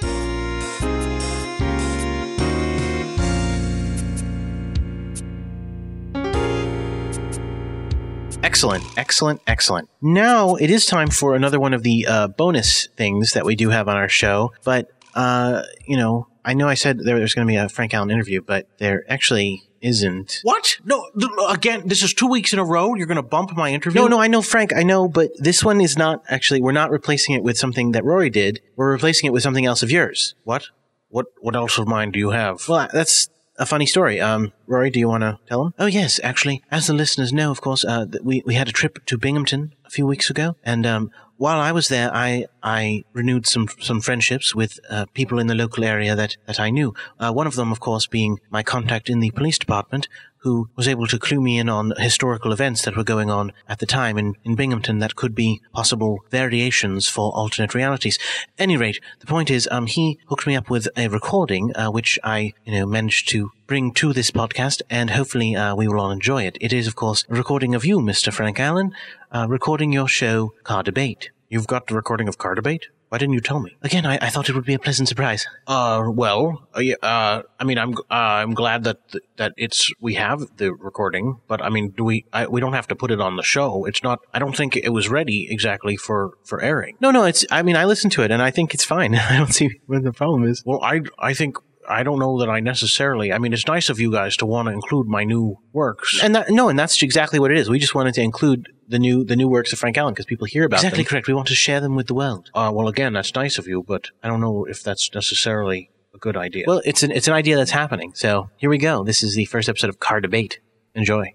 [SPEAKER 1] Excellent, excellent, excellent. Now it is time for another one of the uh, bonus things that we do have on our show, but, uh, you know, I know I said there was going to be a Frank Allen interview, but there actually isn't.
[SPEAKER 27] What? No, th- again, this is two weeks in a row. You're going to bump my interview?
[SPEAKER 1] No, no, I know Frank, I know, but this one is not actually, we're not replacing it with something that Rory did. We're replacing it with something else of yours.
[SPEAKER 27] What? What? What else of mine do you have?
[SPEAKER 1] Well, that's a funny story. Um, Rory, do you want to tell them? Oh, yes, actually. As the listeners know, of course, uh, th- we, we had a trip to Binghamton a few weeks ago, and um, while I was there, I, I renewed some, some friendships with uh, people in the local area that, that I knew. Uh, one of them, of course, being my contact in the police department, who was able to clue me in on historical events that were going on at the time in, in Binghamton that could be possible variations for alternate realities. Any rate, the point is, um, he hooked me up with a recording, uh, which I, you know, managed to bring to this podcast, and hopefully uh, we will all enjoy it. It is, of course, a recording of you, Mr. Frank Allen, uh, recording your show, Car Debate.
[SPEAKER 28] You've got the recording of Car Debate? Why didn't you tell me?
[SPEAKER 1] Again, I, I thought it would be a pleasant surprise.
[SPEAKER 28] Uh, well, uh, yeah, uh, I mean, I'm, uh, I'm glad that, th- that it's, we have the recording, but I mean, do we, I, we don't have to put it on the show. It's not, I don't think it was ready exactly for, for airing.
[SPEAKER 1] No, no, it's, I mean, I listened to it and I think it's fine. <laughs> I don't see where the problem is.
[SPEAKER 28] Well, I, I think, I don't know that I necessarily, I mean, it's nice of you guys to want to include my new works.
[SPEAKER 1] And that, no, and that's exactly what it is. We just wanted to include the new, the new works of Frank Allen because people hear about
[SPEAKER 28] Exactly
[SPEAKER 1] them. correct. We want to share them with the world.
[SPEAKER 28] Uh, well, again, that's nice of you, but I don't know if that's necessarily a good idea.
[SPEAKER 1] Well, it's an, it's an idea that's happening. So here we go. This is the first episode of Car Debate. Enjoy.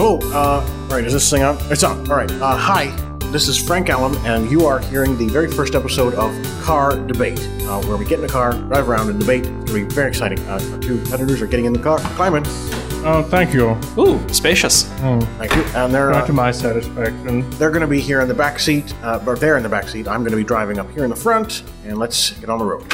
[SPEAKER 2] Oh, uh, right, is this thing on? It's on. All right. Uh, hi, this is Frank Allen, and you are hearing the very first episode of Car Debate, uh, where we get in a car, drive around, and debate. It's going to be very exciting. Uh, our two editors are getting in the car, climbing.
[SPEAKER 29] Oh, thank you.
[SPEAKER 2] Ooh, spacious.
[SPEAKER 29] Oh,
[SPEAKER 2] Thank you. And they're
[SPEAKER 29] Not
[SPEAKER 2] uh,
[SPEAKER 29] to my satisfaction.
[SPEAKER 2] they're going to be here in the back seat, uh, but they're in the back seat. I'm going to be driving up here in the front, and let's get on the road.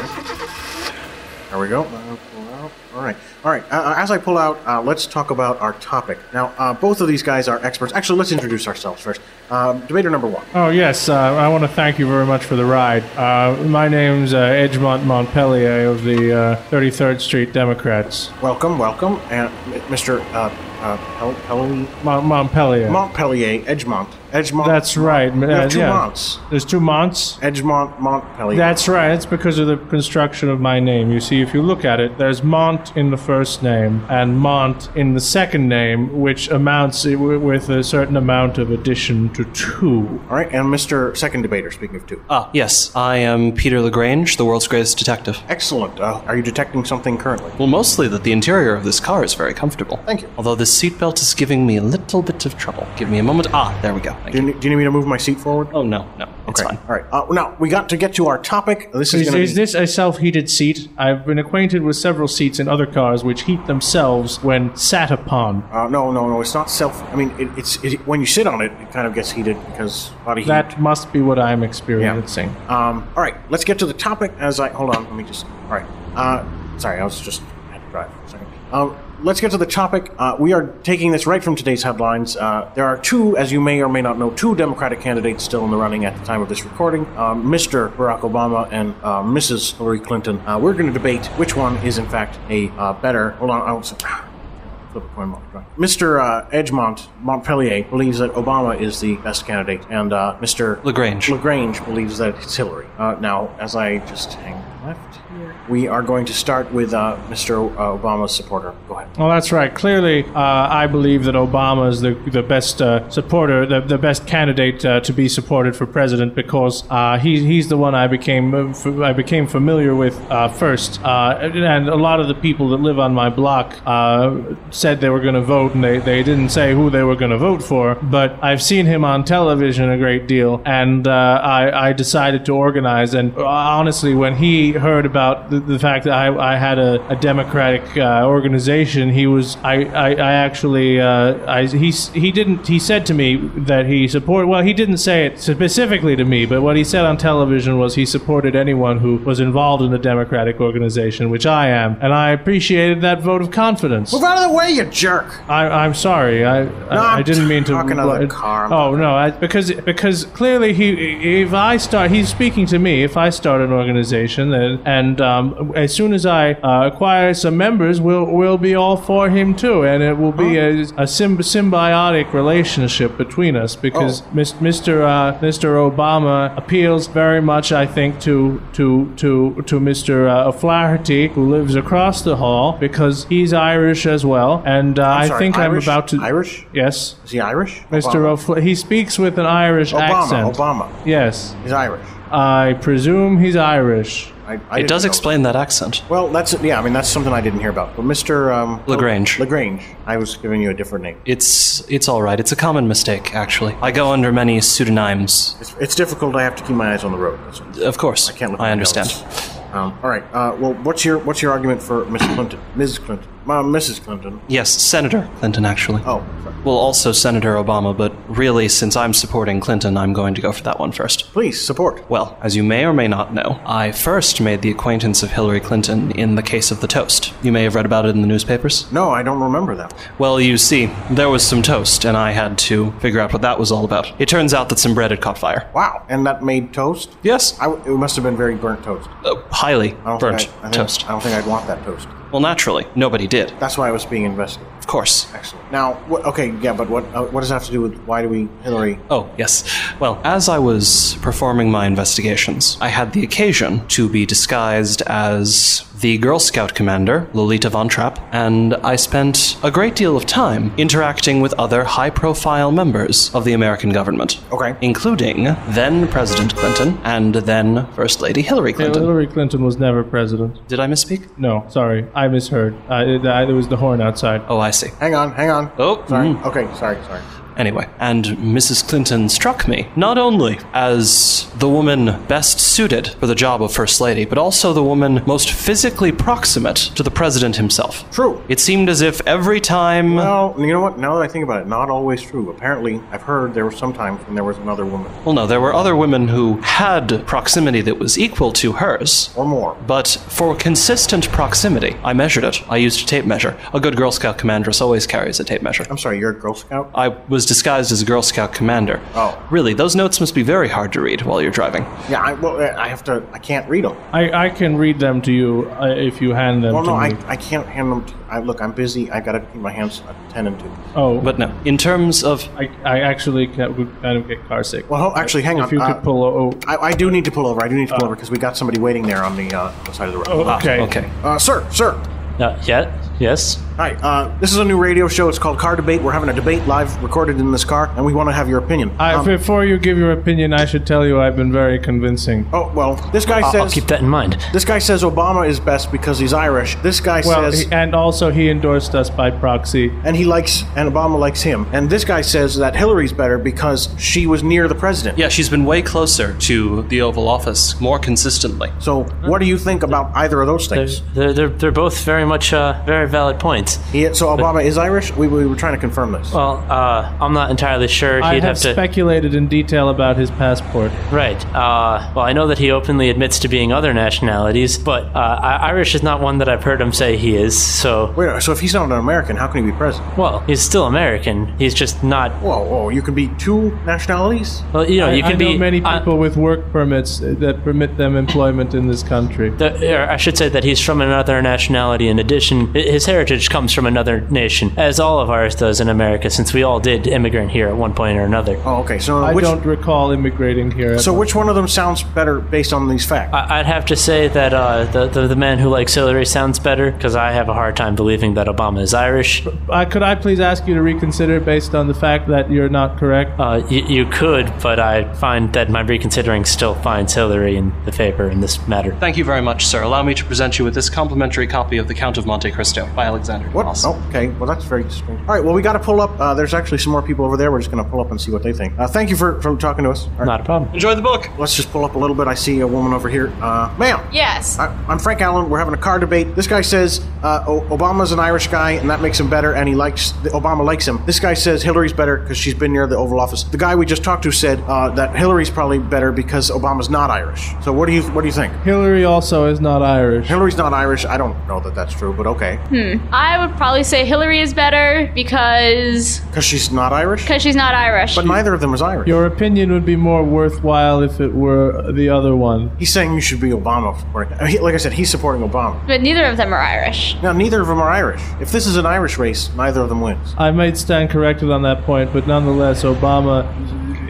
[SPEAKER 2] There we go. Uh, pull out. All right. All right. Uh, as I pull out, uh, let's talk about our topic. Now, uh, both of these guys are experts. Actually, let's introduce ourselves first. Um, debater number one.
[SPEAKER 29] Oh, yes, uh, I want to thank you very much for the ride. Uh, my name's uh, Edgemont Montpellier of the uh, 33rd Street Democrats.
[SPEAKER 2] Welcome, welcome, and M- Mr. Uh, uh, Pel- Pelli-
[SPEAKER 29] Mont- Montpellier.
[SPEAKER 2] Montpellier, Edgemont. Edgemont.
[SPEAKER 29] That's right.
[SPEAKER 2] We
[SPEAKER 29] uh,
[SPEAKER 2] have two
[SPEAKER 29] yeah.
[SPEAKER 2] Monts.
[SPEAKER 29] There's two Monts?
[SPEAKER 2] Edgemont, Montpellier.
[SPEAKER 29] That's right. It's because of the construction of my name. You see, if you look at it, there's Mont in the first name and Mont in the second name, which amounts i- wi- with a certain amount of addition to two.
[SPEAKER 2] All right, and Mr. Second Debater, speaking of two.
[SPEAKER 8] Ah, yes. I am Peter Lagrange, the world's greatest detective.
[SPEAKER 2] Excellent. Uh, are you detecting something currently?
[SPEAKER 8] Well, mostly that the interior of this car is very comfortable.
[SPEAKER 2] Thank you.
[SPEAKER 8] Although this seatbelt is giving me a little bit of trouble. Give me a moment. Ah, there we go. Thank
[SPEAKER 2] Do you, ne- do you need me to move my seat forward?
[SPEAKER 8] Oh, no, no. It's fine.
[SPEAKER 2] All right. Uh, now, we got to get to our topic. This is,
[SPEAKER 29] Is,
[SPEAKER 2] going
[SPEAKER 29] is this a self heated seat? I've been acquainted with several seats in other cars which heat themselves when sat upon.
[SPEAKER 2] Uh, no, no, no. It's not self. I mean, it, it's it, when you sit on it, it kind of gets heated because body heat.
[SPEAKER 29] That must be what I'm experiencing.
[SPEAKER 2] Um, all right, let's get to the topic. As I hold on, let me just. All right. Uh, sorry, I was just had to drive for a second. Um, let's get to the topic. Uh, we are taking this right from today's headlines. Uh, there are two, as you may or may not know, two Democratic candidates still in the running at the time of this recording: um, Mr. Barack Obama and uh, Mrs. Hillary Clinton. Uh, we're going to debate which one is, in fact, a uh, better. Hold on, I will Flip a coin while we drive. Mr. Uh, Edgemont Montpellier believes that Obama is the best candidate, and uh, Mr.
[SPEAKER 8] Lagrange
[SPEAKER 2] Lagrange believes that it's Hillary. Uh, now, as I just hang left here, we are going to start with uh, Mr. O- uh, Obama's supporter. Go ahead.
[SPEAKER 29] Well, that's right. Clearly, uh, I believe that Obama is the, the best uh, supporter, the, the best candidate uh, to be supported for president because uh, he, he's the one I became uh, f- I became familiar with uh, first. Uh, and a lot of the people that live on my block uh, said they were going to vote, and they, they didn't say who they were going to vote for. But I've seen him on television a great deal, and uh, I, I decided to organize. And uh, honestly, when he heard about the, the fact that I, I had a, a Democratic uh, organization, he was I I, I actually uh, I, he s- he didn't he said to me that he supported. Well, he didn't say it specifically to me, but what he said on television was he supported anyone who was involved in the Democratic organization, which I am, and I appreciated that vote of confidence.
[SPEAKER 2] Move out of the way, you jerk!
[SPEAKER 29] I, I'm sorry. I I, I didn't mean to.
[SPEAKER 2] talking to the
[SPEAKER 29] it-
[SPEAKER 2] car.
[SPEAKER 29] Oh no, I, because because clearly he if I start he's speaking to me. If I start an organization and, and um, as soon as I uh, acquire some members, we'll we'll be all for him too, and it will be a, a symb- symbiotic relationship between us because
[SPEAKER 2] Oh.
[SPEAKER 29] Mis- Mr. Uh, Mr. Obama appeals very much, I think, to to to to Mr. Uh, O'Flaherty who lives across the hall because he's Irish as well, and uh,
[SPEAKER 2] I'm
[SPEAKER 29] I
[SPEAKER 2] sorry,
[SPEAKER 29] think
[SPEAKER 2] Irish?
[SPEAKER 29] I'm about to
[SPEAKER 2] Irish.
[SPEAKER 29] Yes.
[SPEAKER 2] Is he Irish?
[SPEAKER 29] Mr.
[SPEAKER 2] Obama.
[SPEAKER 29] O'Flaherty. He speaks with an Irish
[SPEAKER 2] Obama,
[SPEAKER 29] accent.
[SPEAKER 2] Obama.
[SPEAKER 29] Yes.
[SPEAKER 2] He's Irish.
[SPEAKER 29] I presume he's Irish.
[SPEAKER 2] I
[SPEAKER 8] it does
[SPEAKER 2] didn't know
[SPEAKER 8] explain that accent.
[SPEAKER 2] Well, that's yeah. I mean, that's something I didn't hear about. But Mr. Um,
[SPEAKER 8] Lagrange.
[SPEAKER 2] Lagrange. I was giving you a different name.
[SPEAKER 8] It's it's all right. It's a common mistake, actually. I go under many pseudonyms.
[SPEAKER 2] It's, it's difficult. I have to keep my eyes on the road. That's
[SPEAKER 8] Of course, I
[SPEAKER 2] can't. Look
[SPEAKER 8] I
[SPEAKER 2] at
[SPEAKER 8] understand.
[SPEAKER 2] notes. Um, all right. Uh, well, what's your what's your argument for Miss Clinton? Ms. Clinton. Uh, Mrs. Clinton.
[SPEAKER 8] Yes, Senator Clinton, actually.
[SPEAKER 2] Oh,
[SPEAKER 8] well, also Senator Obama, but really, since I'm supporting Clinton, I'm going to go for that one first.
[SPEAKER 2] Please support.
[SPEAKER 8] Well, as you may or may not know, I first made the acquaintance of Hillary Clinton in the case of the toast. You may have read about it in the newspapers.
[SPEAKER 2] No, I don't remember that.
[SPEAKER 8] Well, you see, there was some toast, and I had to figure out what that was all about. It turns out that some bread had caught fire.
[SPEAKER 2] Wow. And that made toast.
[SPEAKER 8] Yes.
[SPEAKER 2] I w- it must have been very burnt toast.
[SPEAKER 8] Uh, highly
[SPEAKER 2] I don't
[SPEAKER 8] burnt
[SPEAKER 2] think I, I think-
[SPEAKER 8] toast.
[SPEAKER 2] I don't think I'd want that toast.
[SPEAKER 8] Well, naturally, nobody did.
[SPEAKER 2] That's why I was being investigated.
[SPEAKER 8] Of course.
[SPEAKER 2] Excellent. Now, what, okay, yeah, but what uh, what does that have to do with why do we Hillary?
[SPEAKER 8] Oh, yes. Well, as I was performing my investigations, I had the occasion to be disguised as the Girl Scout commander, Lolita Von Trapp, and I spent a great deal of time interacting with other high profile members of the American government.
[SPEAKER 2] Okay.
[SPEAKER 8] Including then President Clinton and then First Lady Hillary Clinton.
[SPEAKER 29] Hillary Clinton was never president.
[SPEAKER 8] Did I misspeak?
[SPEAKER 29] No, sorry, I misheard. Uh, it, uh, there was the horn outside.
[SPEAKER 8] Oh, I see.
[SPEAKER 2] Hang on, hang on.
[SPEAKER 8] Oh,
[SPEAKER 2] sorry.
[SPEAKER 8] mm.
[SPEAKER 2] Okay, sorry, sorry.
[SPEAKER 8] Anyway, and Mrs. Clinton struck me not only as the woman best suited for the job of First Lady, but also the woman most physically proximate to the President himself.
[SPEAKER 2] True.
[SPEAKER 8] It seemed as if every time.
[SPEAKER 2] Well, you know what? Now that I think about it, not always true. Apparently, I've heard there were some times when there was another woman.
[SPEAKER 8] Well, no, there were other women who had proximity that was equal to hers.
[SPEAKER 2] Or more.
[SPEAKER 8] But for consistent proximity, I measured it. I used a tape measure. A good Girl Scout commandress always carries a tape measure.
[SPEAKER 2] I'm sorry, you're a Girl Scout?
[SPEAKER 8] I was disguised as a Girl Scout commander.
[SPEAKER 2] Oh.
[SPEAKER 8] Really, those notes must be very hard to read while you're driving.
[SPEAKER 2] Yeah, I, well, I have to. I can't read them.
[SPEAKER 29] I, I can read them to you uh, if you hand them
[SPEAKER 2] Well,
[SPEAKER 29] to
[SPEAKER 2] no,
[SPEAKER 29] me.
[SPEAKER 2] I, I can't hand them. To, I look. I'm busy. I gotta keep my hands uh, attended to.
[SPEAKER 29] oh,
[SPEAKER 8] But no, in terms of.
[SPEAKER 29] I, I actually can, would kind of get car sick.
[SPEAKER 2] Well, ho- actually, hang
[SPEAKER 29] if
[SPEAKER 2] on.
[SPEAKER 29] you
[SPEAKER 2] uh,
[SPEAKER 29] could pull. o-
[SPEAKER 2] I, I do need to pull over. I do need to pull over because we got somebody waiting there on the, uh, on the side of the road.
[SPEAKER 29] Uh, Oh, okay.
[SPEAKER 8] okay.
[SPEAKER 2] Uh, sir, sir.
[SPEAKER 30] Uh, yeah, yes.
[SPEAKER 2] Hi. Uh, this is a new radio show. It's called Car Debate. We're having a debate live recorded in this car, and we want to have your opinion.
[SPEAKER 29] I,
[SPEAKER 2] Um,
[SPEAKER 29] before you give your opinion, I should tell you I've been very convincing.
[SPEAKER 2] Oh well, this guy
[SPEAKER 30] I'll-
[SPEAKER 2] says.
[SPEAKER 30] I'll keep that in mind.
[SPEAKER 2] This guy says Obama is best because he's Irish. This guy
[SPEAKER 29] well,
[SPEAKER 2] says,
[SPEAKER 29] he- and also he endorsed us by proxy.
[SPEAKER 2] and he likes, and Obama likes him. And this guy says that Hillary's better because she was near the president.
[SPEAKER 8] Yeah, she's been way closer to the Oval Office more consistently.
[SPEAKER 2] So, what do you think about either of those things?
[SPEAKER 30] They're, they're, they're both very much uh, very valid points.
[SPEAKER 2] He, so Obama is Irish. We, we were trying to confirm this.
[SPEAKER 30] Well, uh, I'm not entirely sure.
[SPEAKER 29] I
[SPEAKER 30] He'd
[SPEAKER 29] have
[SPEAKER 30] have, to.
[SPEAKER 29] speculated in detail about his passport.
[SPEAKER 30] Right. Uh, well, I know that he openly admits to being other nationalities, but uh, I- Irish is not one that I've heard him say he is. So,
[SPEAKER 2] Wait, so if he's not an American, how can he be president?
[SPEAKER 30] well, he's still American. He's just not.
[SPEAKER 2] Whoa, whoa! You can be two nationalities.
[SPEAKER 30] Well, you know,
[SPEAKER 29] I,
[SPEAKER 30] you
[SPEAKER 29] I
[SPEAKER 30] can
[SPEAKER 29] know
[SPEAKER 30] be
[SPEAKER 29] many
[SPEAKER 30] I-
[SPEAKER 29] people with work permits that permit them employment in this country.
[SPEAKER 30] The, or I should say that he's from another nationality. In addition, hi- his heritage comes from another nation, as all of ours does in America, since we all did immigrant here at one point or another.
[SPEAKER 2] Oh, okay. So
[SPEAKER 29] I
[SPEAKER 2] which
[SPEAKER 29] don't recall immigrating here.
[SPEAKER 2] so which one of them sounds better based on these facts?
[SPEAKER 30] I- I'd have to say that uh, the, the the man who likes Hillary sounds better because I have a hard time believing that Obama is Irish.
[SPEAKER 29] Uh, could I please ask you to reconsider based on the fact that you're not correct?
[SPEAKER 30] Uh, y- you could, but I find that my reconsidering still finds Hillary in the favor in this matter.
[SPEAKER 8] Thank you very much, sir. Allow me to present you with this complimentary copy of The Count of Monte Cristo by Alexander.
[SPEAKER 2] What? Oh, okay. Well, that's very strange. All right. Well, we got to pull up. Uh, there's actually some more people over there. We're just going to pull up and see what they think. Uh, thank you for, for talking to us. All right.
[SPEAKER 30] Not a problem.
[SPEAKER 8] Enjoy the book.
[SPEAKER 2] Let's just pull up a little bit. I see a woman over here. Uh, ma'am.
[SPEAKER 18] Yes.
[SPEAKER 2] I, I'm Frank Allen. We're having a car debate. This guy says uh, o- Obama's an Irish guy, and that makes him better, and he likes Obama likes him. This guy says Hillary's better because she's been near the Oval Office. The guy we just talked to said uh, that Hillary's probably better because Obama's not Irish. So what do you what do you think?
[SPEAKER 29] Hillary also is not Irish.
[SPEAKER 2] Hillary's not Irish. I don't know that that's true, but okay,
[SPEAKER 18] Hmm. I would probably say Hillary is better because
[SPEAKER 2] because she's not Irish.
[SPEAKER 18] because she's not Irish.
[SPEAKER 2] But neither of them is Irish.
[SPEAKER 29] Your opinion would be more worthwhile if it were the other one.
[SPEAKER 2] He's saying you should be Obama. For, I mean, he- like I said, he's supporting Obama.
[SPEAKER 18] But neither of them are Irish.
[SPEAKER 2] Now, neither of them are Irish. If this is an Irish race, neither of them wins.
[SPEAKER 29] I might stand corrected on that point, but nonetheless, Obama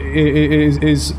[SPEAKER 29] i- i- is is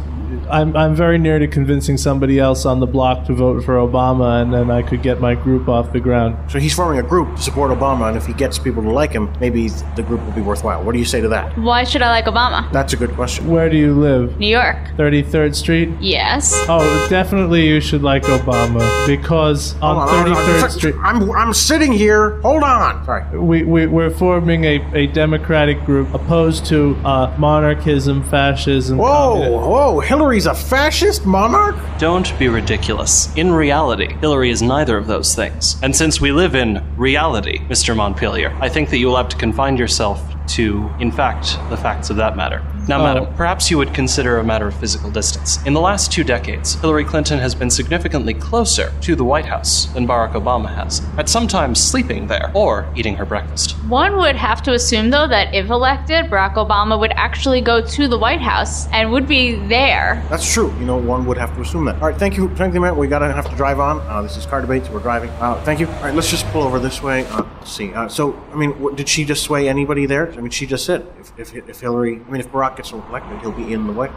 [SPEAKER 29] I'm, I'm very near to convincing somebody else on the block to vote for Obama, and then I could get my group off the ground.
[SPEAKER 2] So he's forming a group to support Obama, and if he gets people to like him, maybe the group will be worthwhile. What do you say to that?
[SPEAKER 9] Why should I like Obama?
[SPEAKER 2] That's a good question.
[SPEAKER 29] Where do you live?
[SPEAKER 9] New York.
[SPEAKER 29] 33rd Street?
[SPEAKER 9] Yes.
[SPEAKER 29] Oh, definitely you should like Obama, because on, 33rd Street.
[SPEAKER 2] I'm, I'm sitting here. Oh, Hold on. Sorry.
[SPEAKER 29] We, we, we're forming a, a democratic group opposed to uh, monarchism, fascism.
[SPEAKER 2] Whoa, whoa. Hillary's a fascist monarch?
[SPEAKER 8] Don't be ridiculous. In reality, Hillary is neither of those things. And since we live in reality, Mr. Montpelier, I think that you will have to confine yourself to, in fact, the facts of that matter. Now,
[SPEAKER 29] Oh.
[SPEAKER 8] madam, perhaps you would consider a matter of physical distance. In the last two decades, Hillary Clinton has been significantly closer to the White House than Barack Obama has, at sometimes sleeping there or eating her breakfast.
[SPEAKER 9] One would have to assume, though, that if elected, Barack Obama would actually go to the White House and would be there.
[SPEAKER 2] That's true. You know, one would have to assume that. All right, thank you. Thank you, man. We gotta have to drive on. Uh, this is car debates. We're driving. Uh, thank you. All right, let's just pull over this way. Uh, let's see. Uh, so, I mean, what, did she just sway anybody there? I mean, she just said if, if, if Hillary, I mean, if Barack gets elected, he'll be in the way.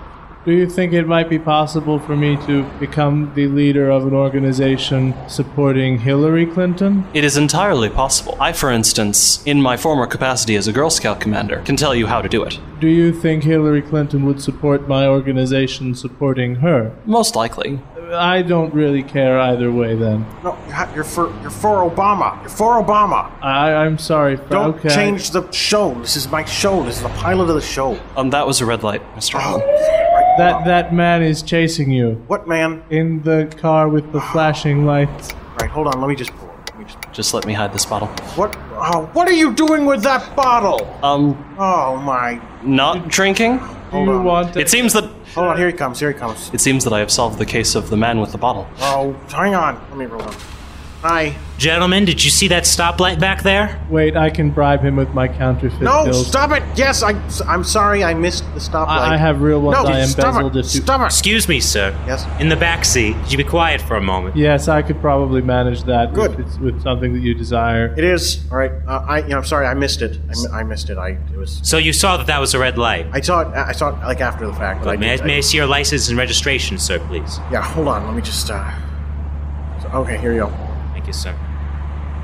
[SPEAKER 29] Do you think it might be possible for me to become the leader of an organization supporting Hillary Clinton?
[SPEAKER 8] It is entirely possible. I, for instance, in my former capacity as a Girl Scout commander, can tell you how to do it.
[SPEAKER 29] Do you think Hillary Clinton would support my organization supporting her?
[SPEAKER 8] Most likely.
[SPEAKER 29] I don't really care either way then.
[SPEAKER 2] No, you ha- you're for you're for Obama. You're for Obama.
[SPEAKER 29] I, I'm sorry. Fra-
[SPEAKER 2] Don't
[SPEAKER 29] okay.
[SPEAKER 2] change the show. This is my show. This is the pilot of the show.
[SPEAKER 8] Um, that was a red light, Mr. Hall.
[SPEAKER 2] Uh-huh.
[SPEAKER 29] That that man is chasing you.
[SPEAKER 2] What man?
[SPEAKER 29] In the car with the flashing lights.
[SPEAKER 2] Right, hold on. Let me just pull.
[SPEAKER 8] Just let me hide this bottle.
[SPEAKER 2] What? Oh, what are you doing with that bottle?
[SPEAKER 8] Um.
[SPEAKER 2] Oh my.
[SPEAKER 8] Not drinking?
[SPEAKER 2] Hold on.
[SPEAKER 8] It seems that.
[SPEAKER 2] Hold on. Here he comes. Here he comes.
[SPEAKER 8] It seems that I have solved the case of the man with the bottle.
[SPEAKER 2] Oh, hang on. Let me roll up. Hi.
[SPEAKER 10] Gentlemen, did you see that stoplight back there?
[SPEAKER 29] Wait, I can bribe him with my counterfeit
[SPEAKER 2] No,
[SPEAKER 29] bills.
[SPEAKER 2] stop it. Yes, I. I'm sorry. I missed the stoplight.
[SPEAKER 29] I have real ones
[SPEAKER 2] No,
[SPEAKER 29] I
[SPEAKER 2] stop it.
[SPEAKER 29] embezzled. if you-
[SPEAKER 10] Excuse me, sir.
[SPEAKER 2] Yes.
[SPEAKER 10] In the back seat. Could you be quiet for a moment?
[SPEAKER 29] Yes, I could probably manage that Good. If it's with something that you desire.
[SPEAKER 2] It is all right. Uh, I, you know, I'm sorry. I missed it. I, mi- I missed it. I. It was.
[SPEAKER 10] So you saw that that was a red light.
[SPEAKER 2] I saw it. I saw it like after the fact. but I
[SPEAKER 10] Good. May,
[SPEAKER 2] did-
[SPEAKER 10] I,
[SPEAKER 2] I-
[SPEAKER 10] may I see your license and registration, sir, please?
[SPEAKER 2] Yeah. Hold on. Let me just. Uh, so, okay. Here you go.
[SPEAKER 10] Thank you, sir.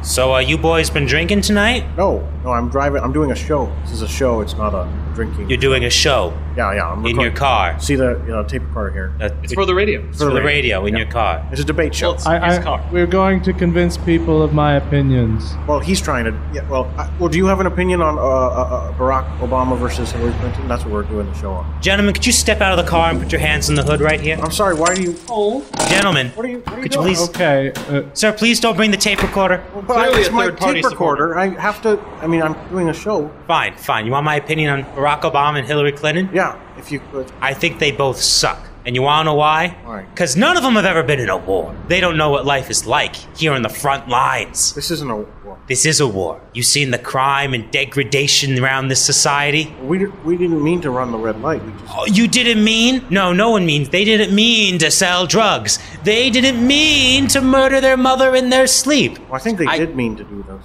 [SPEAKER 10] So, uh, you boys been drinking tonight?
[SPEAKER 2] No. No. I'm driving. I'm doing a show. This is a show. It's not a drinking.
[SPEAKER 10] You're doing a show.
[SPEAKER 2] Yeah. Yeah. I'm
[SPEAKER 10] in your
[SPEAKER 2] recording.
[SPEAKER 10] car.
[SPEAKER 2] See the you know, tape recorder here.
[SPEAKER 10] it's
[SPEAKER 2] for the
[SPEAKER 8] radio.
[SPEAKER 10] It's for the radio in your car.
[SPEAKER 2] It's a debate show.
[SPEAKER 29] I, I, we're going to convince people of my opinions.
[SPEAKER 2] Well, he's trying to. Yeah. Well, I, well, do you have an opinion on uh, uh, uh, Barack Obama versus Hillary Clinton? That's what we're doing the show on.
[SPEAKER 10] Gentlemen, could you step out of the car and put your hands in the hood right here?
[SPEAKER 2] I'm sorry. Why do you?
[SPEAKER 10] Oh. Gentlemen,
[SPEAKER 2] What are you? What are you
[SPEAKER 10] could you
[SPEAKER 2] doing?
[SPEAKER 10] please?
[SPEAKER 29] Okay.
[SPEAKER 10] sir, please don't bring the tape recorder.
[SPEAKER 2] But I, it's my tape recorder. I have to. I mean, I'm doing a show.
[SPEAKER 10] Fine, fine. You want my opinion on Barack Obama and Hillary Clinton?
[SPEAKER 2] Yeah, if you could.
[SPEAKER 10] I think they both suck. And you want to know why?
[SPEAKER 2] Why?
[SPEAKER 10] Because none of them have ever been in a war. They don't know what life is like here on the front lines.
[SPEAKER 2] This isn't a war.
[SPEAKER 10] This is a war. You've seen the crime and degradation around this society.
[SPEAKER 2] We, we didn't mean to run the red light. We just.
[SPEAKER 10] Oh, you didn't mean? No, no one means. They didn't mean to sell drugs. They didn't mean to murder their mother in their sleep.
[SPEAKER 2] I think they did mean to do those.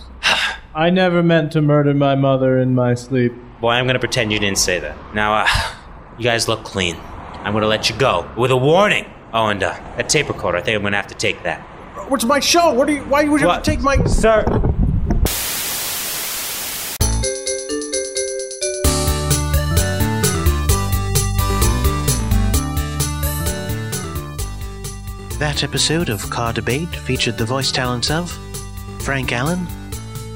[SPEAKER 29] I never meant to murder my mother in my sleep.
[SPEAKER 10] Boy, I'm gonna pretend you didn't say that. Now, uh, you guys look clean. I'm gonna let you go with a warning. Oh, and uh, that tape recorder. I think I'm gonna have to take that.
[SPEAKER 2] What's my show? What do you? Why would you have to take my?
[SPEAKER 10] Sir.
[SPEAKER 1] That episode of Car Debate featured the voice talents of Frank Allen,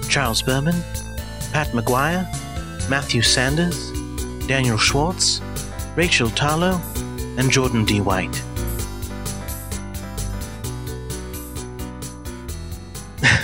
[SPEAKER 1] Charles Berman, Pat McGuire, Matthew Sanders, Daniel Schwartz, Rachel Tarlow, and Jordan D. White. <laughs>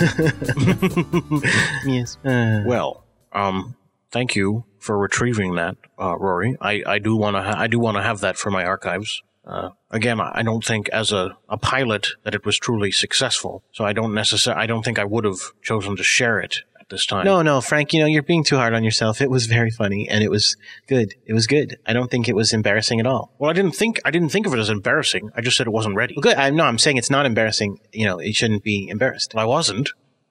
[SPEAKER 1] yes. uh,
[SPEAKER 31] Well, um, thank you for retrieving that, uh, Rory. I, I do want to ha- I do want to have that for my archives. Uh, again, I I don't think as a, a pilot that it was truly successful, so I don't necessarily I don't think I would have chosen to share it at this time.
[SPEAKER 1] No, no, Frank, you know, you're being too hard on yourself. It was very funny and it was good. It was good. I don't think it was embarrassing at all.
[SPEAKER 31] Well, I didn't think I didn't think of it as embarrassing. I just said it wasn't ready.
[SPEAKER 1] Well, good. I'm no, I'm saying it's not embarrassing. You know, it shouldn't be embarrassed.
[SPEAKER 31] I wasn't.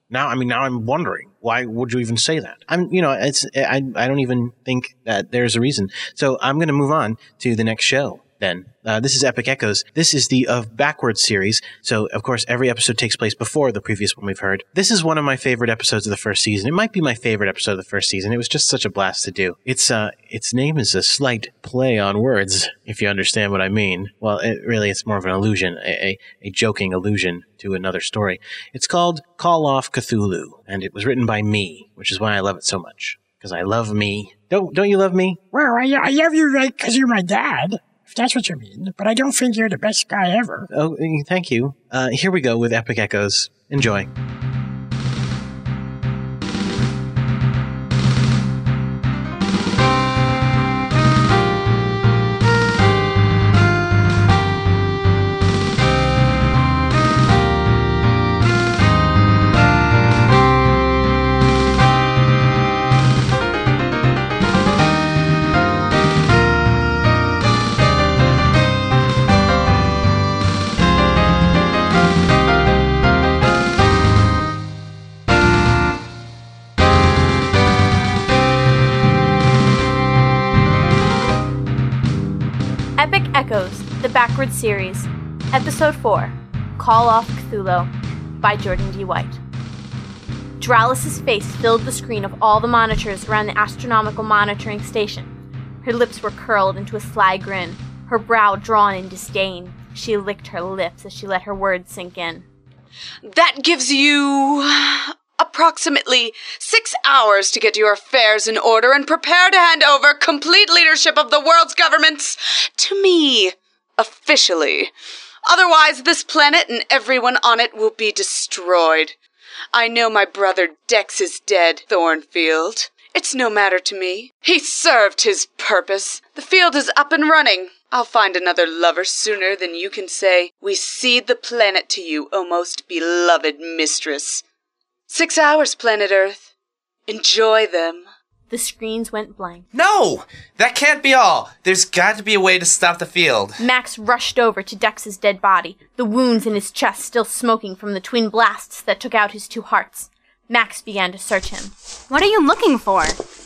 [SPEAKER 31] Now, I mean, now I'm wondering why would you even say that?
[SPEAKER 1] I'm, you know, it's I I don't even think that there's a reason. So I'm going to move on to the next show. then. Uh, this is Epic Echoes. This is the Of Backwards series. So, of course, every episode takes place before the previous one we've heard. This is one of my favorite episodes of the first season. It might be my favorite episode of the first season. It was just such a blast to do. It's uh, its name is a slight play on words, if you understand what I mean. Well, it, really, it's more of an illusion, a, a, a joking allusion to another story. It's called Call Off Cthulhu, and it was written by me, which is why I love it so much. Because I love me. Don't don't you love me?
[SPEAKER 3] Well, I, I love you right because you're my dad, if that's what you mean, but I don't think you're the best guy ever.
[SPEAKER 1] Oh, eh, thank you. Uh, here we go with Epic Echoes. Enjoy.
[SPEAKER 6] Epic Echoes, the Backward Series, Episode 4 Call Off Cthulhu by Jordan D. White. Dralis's face filled the screen of all the monitors around the astronomical monitoring station. Her lips were curled into a sly grin, her brow drawn in disdain. She licked her lips as she let her words sink in.
[SPEAKER 17] That gives you approximately six hours to get your affairs in order and prepare to hand over complete leadership of the world's governments to me, officially. Otherwise, this planet and everyone on it will be destroyed. I know my brother Dex is dead, Thornfield. It's no matter to me. He served his purpose. The field is up and running. I'll find another lover sooner than you can say, We cede the planet to you, O most beloved mistress. Six hours, planet Earth. Enjoy them.
[SPEAKER 6] The screens went blank.
[SPEAKER 11] No! That can't be all! There's got to be a way to stop the field.
[SPEAKER 6] Max rushed over to Dex's dead body, the wounds in his chest still smoking from the twin blasts that took out his two hearts. Max began to search him. What are you looking for?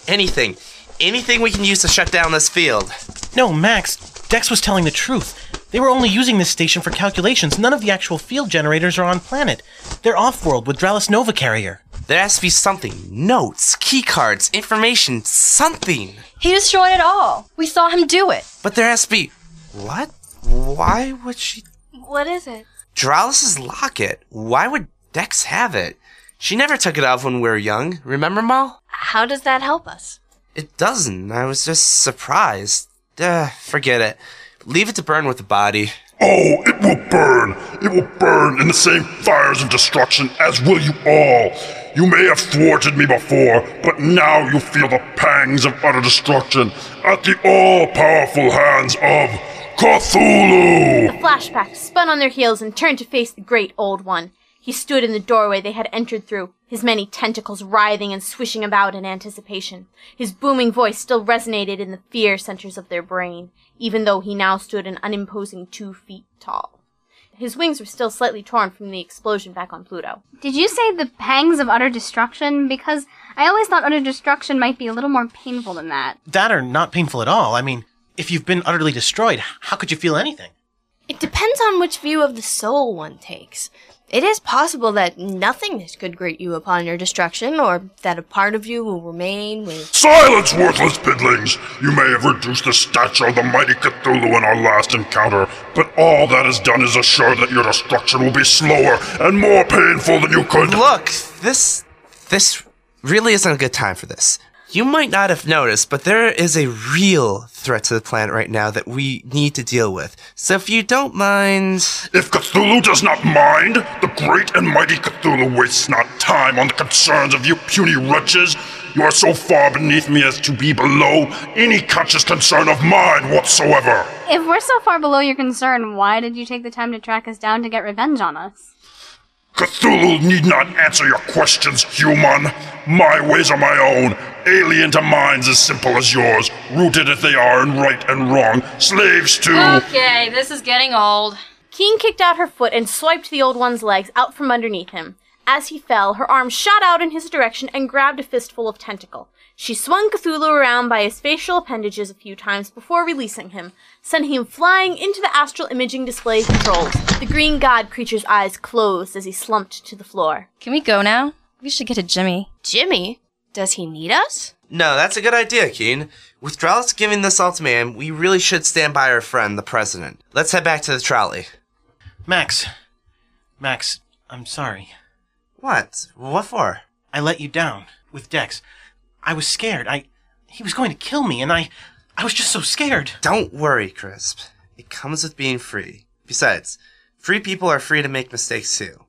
[SPEAKER 11] Anything. Anything we can use to shut down this field.
[SPEAKER 32] No, Max, Dex was telling the truth. They were only using this station for calculations. None of the actual field generators are on planet. They're off world with Dralis Nova Carrier.
[SPEAKER 11] There has to be something. Notes, keycards, information, something.
[SPEAKER 13] He destroyed it all. We saw him do it.
[SPEAKER 11] But there has to be. What? Why would she.
[SPEAKER 13] What is it?
[SPEAKER 11] Dralis's locket. Why would Dex have it? She never took it off when we were young. Remember, Mal?
[SPEAKER 13] How does that help us?
[SPEAKER 11] It doesn't. I was just surprised. Uh, forget it. Leave it to burn with the body.
[SPEAKER 33] Oh, it will burn. It will burn in the same fires of destruction as will you all. You may have thwarted me before, but now you feel the pangs of utter destruction at the all powerful hands of
[SPEAKER 6] The
[SPEAKER 33] Cthulhu.
[SPEAKER 6] flashback spun on their heels and turned to face the great old one. He stood in the doorway they had entered through, his many tentacles writhing and swishing about in anticipation. His booming voice still resonated in the fear centers of their brain, even though he now stood an unimposing two feet tall. His wings were still slightly torn from the explosion back on Pluto.
[SPEAKER 7] Did you say the pangs of utter destruction? Because I always thought utter destruction might be a little more painful than that.
[SPEAKER 32] That are not painful at all. I mean, if you've been utterly destroyed, how could you feel anything?
[SPEAKER 13] It depends on which view of the soul one takes. It is possible that nothingness could greet you upon your destruction, or that a part of you will remain with.
[SPEAKER 33] Silence, worthless piddlings! You may have reduced the stature of the mighty Cthulhu in our last encounter, but all that is done is assure that your destruction will be slower and more painful than you could.
[SPEAKER 11] Look, this this really isn't a good time for this. You might not have noticed, but there is a real threat to the planet right now that we need to deal with. So if you don't mind,
[SPEAKER 33] If Cthulhu does not mind, the great and mighty Cthulhu wastes not time on the concerns of you puny wretches. You are so far beneath me as to be below any conscious concern of mine whatsoever.
[SPEAKER 7] If we're so far below your concern, why did you take the time to track us down to get revenge on us?
[SPEAKER 33] Cthulhu need not answer your questions, human. My ways are my own, alien to minds as simple as yours, rooted if they are in right and wrong, slaves to.
[SPEAKER 6] Okay, this is getting old. Keen kicked out her foot and swiped the old one's legs out from underneath him. As he fell, her arm shot out in his direction and grabbed a fistful of tentacle. She swung Cthulhu around by his facial appendages a few times before releasing him, sending him flying into the astral imaging display controls. The green god creature's eyes closed as he slumped to the floor.
[SPEAKER 34] Can we go now? We should get a Jimmy. Jimmy? Does he need us?
[SPEAKER 11] No, that's a good idea, Keen. With Dralis giving this ultimatum, we really should stand by our friend, the president. Let's head back to the trolley.
[SPEAKER 35] Max. Max, I'm sorry.
[SPEAKER 11] What? What for?
[SPEAKER 35] I let you down with Dex. I was scared. I he was going to kill me and I I was just so scared.
[SPEAKER 11] Don't worry, Crisp. It comes with being free. Besides, free people are free to make mistakes too.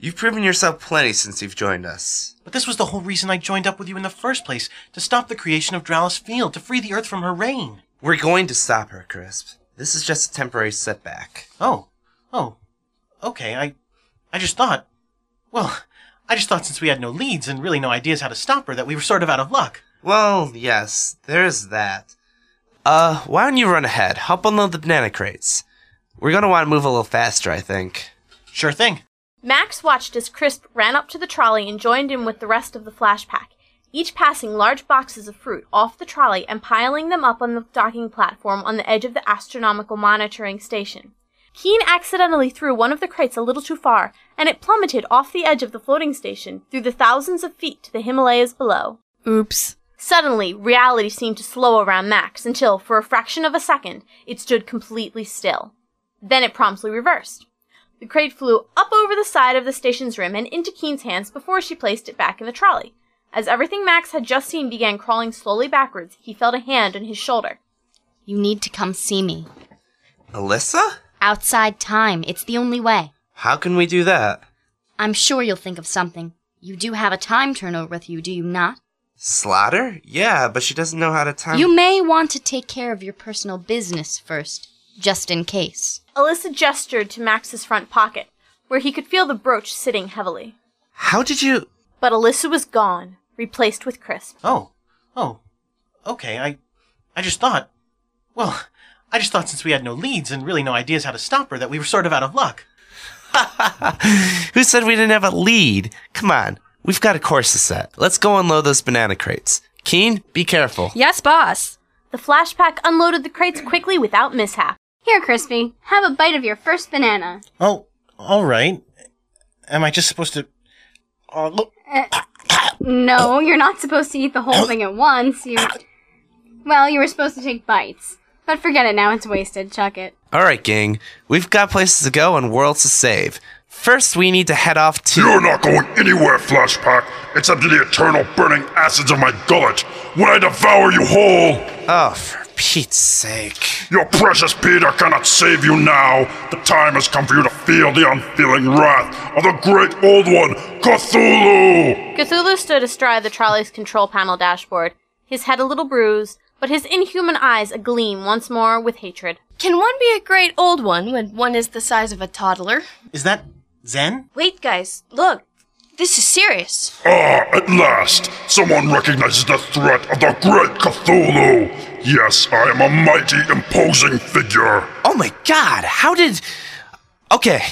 [SPEAKER 11] You've proven yourself plenty since you've joined us.
[SPEAKER 35] But this was the whole reason I joined up with you in the first place to stop the creation of Dralis Field, to free the Earth from her reign.
[SPEAKER 11] We're going to stop her, Crisp. This is just a temporary setback.
[SPEAKER 35] Oh. Oh. Okay, I I just thought well, I just thought since we had no leads and really no ideas how to stop her that we were sort of out of luck.
[SPEAKER 11] Well, yes, there's that. Uh, why don't you run ahead? Help unload the banana crates. We're gonna want to move a little faster, I think.
[SPEAKER 35] Sure thing.
[SPEAKER 6] Max watched as Crisp ran up to the trolley and joined in with the rest of the flash pack, each passing large boxes of fruit off the trolley and piling them up on the docking platform on the edge of the astronomical monitoring station. Keen accidentally threw one of the crates a little too far, and it plummeted off the edge of the floating station through the thousands of feet to the Himalayas below.
[SPEAKER 34] Oops.
[SPEAKER 6] Suddenly, reality seemed to slow around Max until, for a fraction of a second, it stood completely still. Then it promptly reversed. The crate flew up over the side of the station's rim and into Keen's hands before she placed it back in the trolley. As everything Max had just seen began crawling slowly backwards, he felt a hand on his shoulder.
[SPEAKER 4] You need to come see me.
[SPEAKER 11] Alyssa?
[SPEAKER 4] Outside time. It's the only way.
[SPEAKER 11] How can we do that?
[SPEAKER 4] I'm sure you'll think of something. You do have a time turner with you, do you not?
[SPEAKER 11] Slaughter? Yeah, but she doesn't know how to time.
[SPEAKER 4] You may want to take care of your personal business first, just in case.
[SPEAKER 6] Alyssa gestured to Max's front pocket, where he could feel the brooch sitting heavily.
[SPEAKER 11] How did you.
[SPEAKER 6] But Alyssa was gone, replaced with Crisp.
[SPEAKER 35] Oh. Oh. Okay, I. I just thought. Well, I just thought since we had no leads and really no ideas how to stop her that we were sort of out of luck.
[SPEAKER 11] Who said we didn't have a lead? Come on, we've got a course to set. Let's go unload those banana crates. Keen, be careful.
[SPEAKER 34] Yes, boss.
[SPEAKER 6] The flashpack unloaded the crates quickly without mishap.
[SPEAKER 7] Here, Crispy, have a bite of your first banana.
[SPEAKER 35] Oh, all right. Am I just supposed to? Oh, look.
[SPEAKER 7] Uh, no, you're not supposed to eat the whole thing at once. You, well, you were supposed to take bites. But forget it now, it's wasted. Chuck it.
[SPEAKER 11] All right, gang. We've got places to go and worlds to save. First, we need to head off to.
[SPEAKER 33] You're not going anywhere, Flashpack, except to the eternal burning acids of my gullet when I devour you whole.
[SPEAKER 11] Oh, for Pete's sake.
[SPEAKER 33] Your precious Peter cannot save you now. The time has come for you to feel the unfeeling wrath of the great old one, Cthulhu.
[SPEAKER 6] Cthulhu stood astride the trolley's control panel dashboard, his head a little bruised, but his inhuman eyes agleam once more with hatred.
[SPEAKER 34] Can one be a great old one when one is the size of a toddler?
[SPEAKER 35] Is that Zen?
[SPEAKER 34] Wait, guys, look. This is serious.
[SPEAKER 33] Ah, at last! Someone recognizes the threat of the great Cthulhu! Yes, I am a mighty, imposing figure!
[SPEAKER 11] Oh my god, how did. Okay,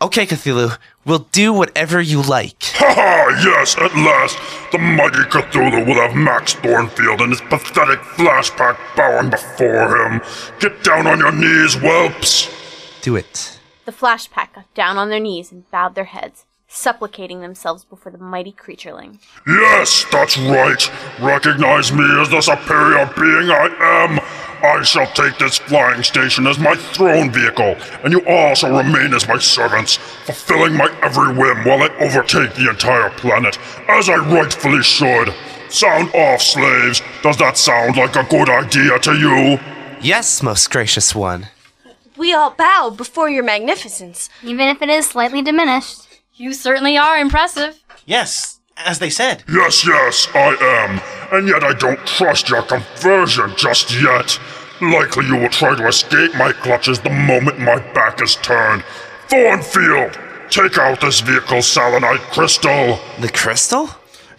[SPEAKER 11] okay, Cthulhu, we'll do whatever you like.
[SPEAKER 33] Ha ha! Yes, at last! The mighty Cthulhu will have Max Thornfield and his pathetic flashback bowing before him! Get down on your knees, whelps!
[SPEAKER 11] Do it.
[SPEAKER 6] The flashpack got down on their knees and bowed their heads, supplicating themselves before the mighty creatureling.
[SPEAKER 33] Yes, that's right! Recognize me as the superior being I am! I shall take this flying station as my throne vehicle, and you all shall remain as my servants, fulfilling my every whim while I overtake the entire planet, as I rightfully should. Sound off, slaves! Does that sound like a good idea to you?
[SPEAKER 11] Yes, most gracious one.
[SPEAKER 34] We all bow before your magnificence.
[SPEAKER 7] Even if it is slightly diminished.
[SPEAKER 34] You certainly are impressive.
[SPEAKER 35] Yes, as they said.
[SPEAKER 33] Yes, yes, I am. And yet I don't trust your conversion just yet. Likely you will try to escape my clutches the moment my back is turned. Thornfield, take out this vehicle's selenite crystal.
[SPEAKER 11] The crystal?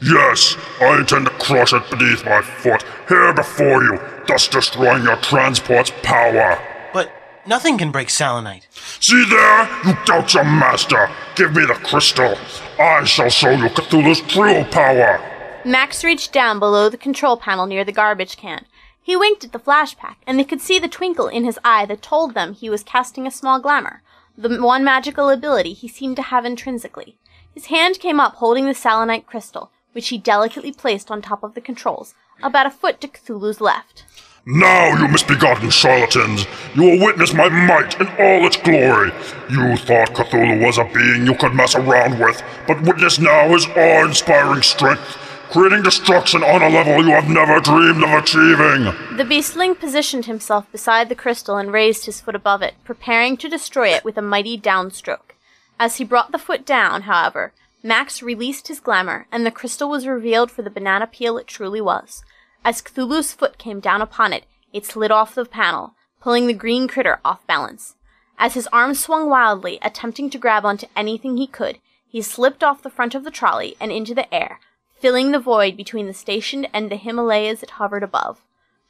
[SPEAKER 33] Yes, I intend to crush it beneath my foot, here before you, thus destroying your transport's power.
[SPEAKER 35] But nothing can break selenite.
[SPEAKER 33] See there? You doubt your master. Give me the crystal. I shall show you Cthulhu's true power.
[SPEAKER 6] Max reached down below the control panel near the garbage can. He winked at the flashback, and they could see the twinkle in his eye that told them he was casting a small glamour, the one magical ability he seemed to have intrinsically. His hand came up holding the selenite crystal, which he delicately placed on top of the controls, about a foot to Cthulhu's left.
[SPEAKER 33] Now, you misbegotten charlatans, you will witness my might in all its glory. You thought Cthulhu was a being you could mess around with, but witness now his awe inspiring strength, creating destruction on a level you have never dreamed of achieving.
[SPEAKER 6] The beastling positioned himself beside the crystal and raised his foot above it, preparing to destroy it with a mighty downstroke. As he brought the foot down, however, Max released his glamour, and the crystal was revealed for the banana peel it truly was. As Cthulhu's foot came down upon it, it slid off the panel, pulling the green critter off balance. As his arm swung wildly, attempting to grab onto anything he could, he slipped off the front of the trolley and into the air, filling the void between the station and the Himalayas it hovered above.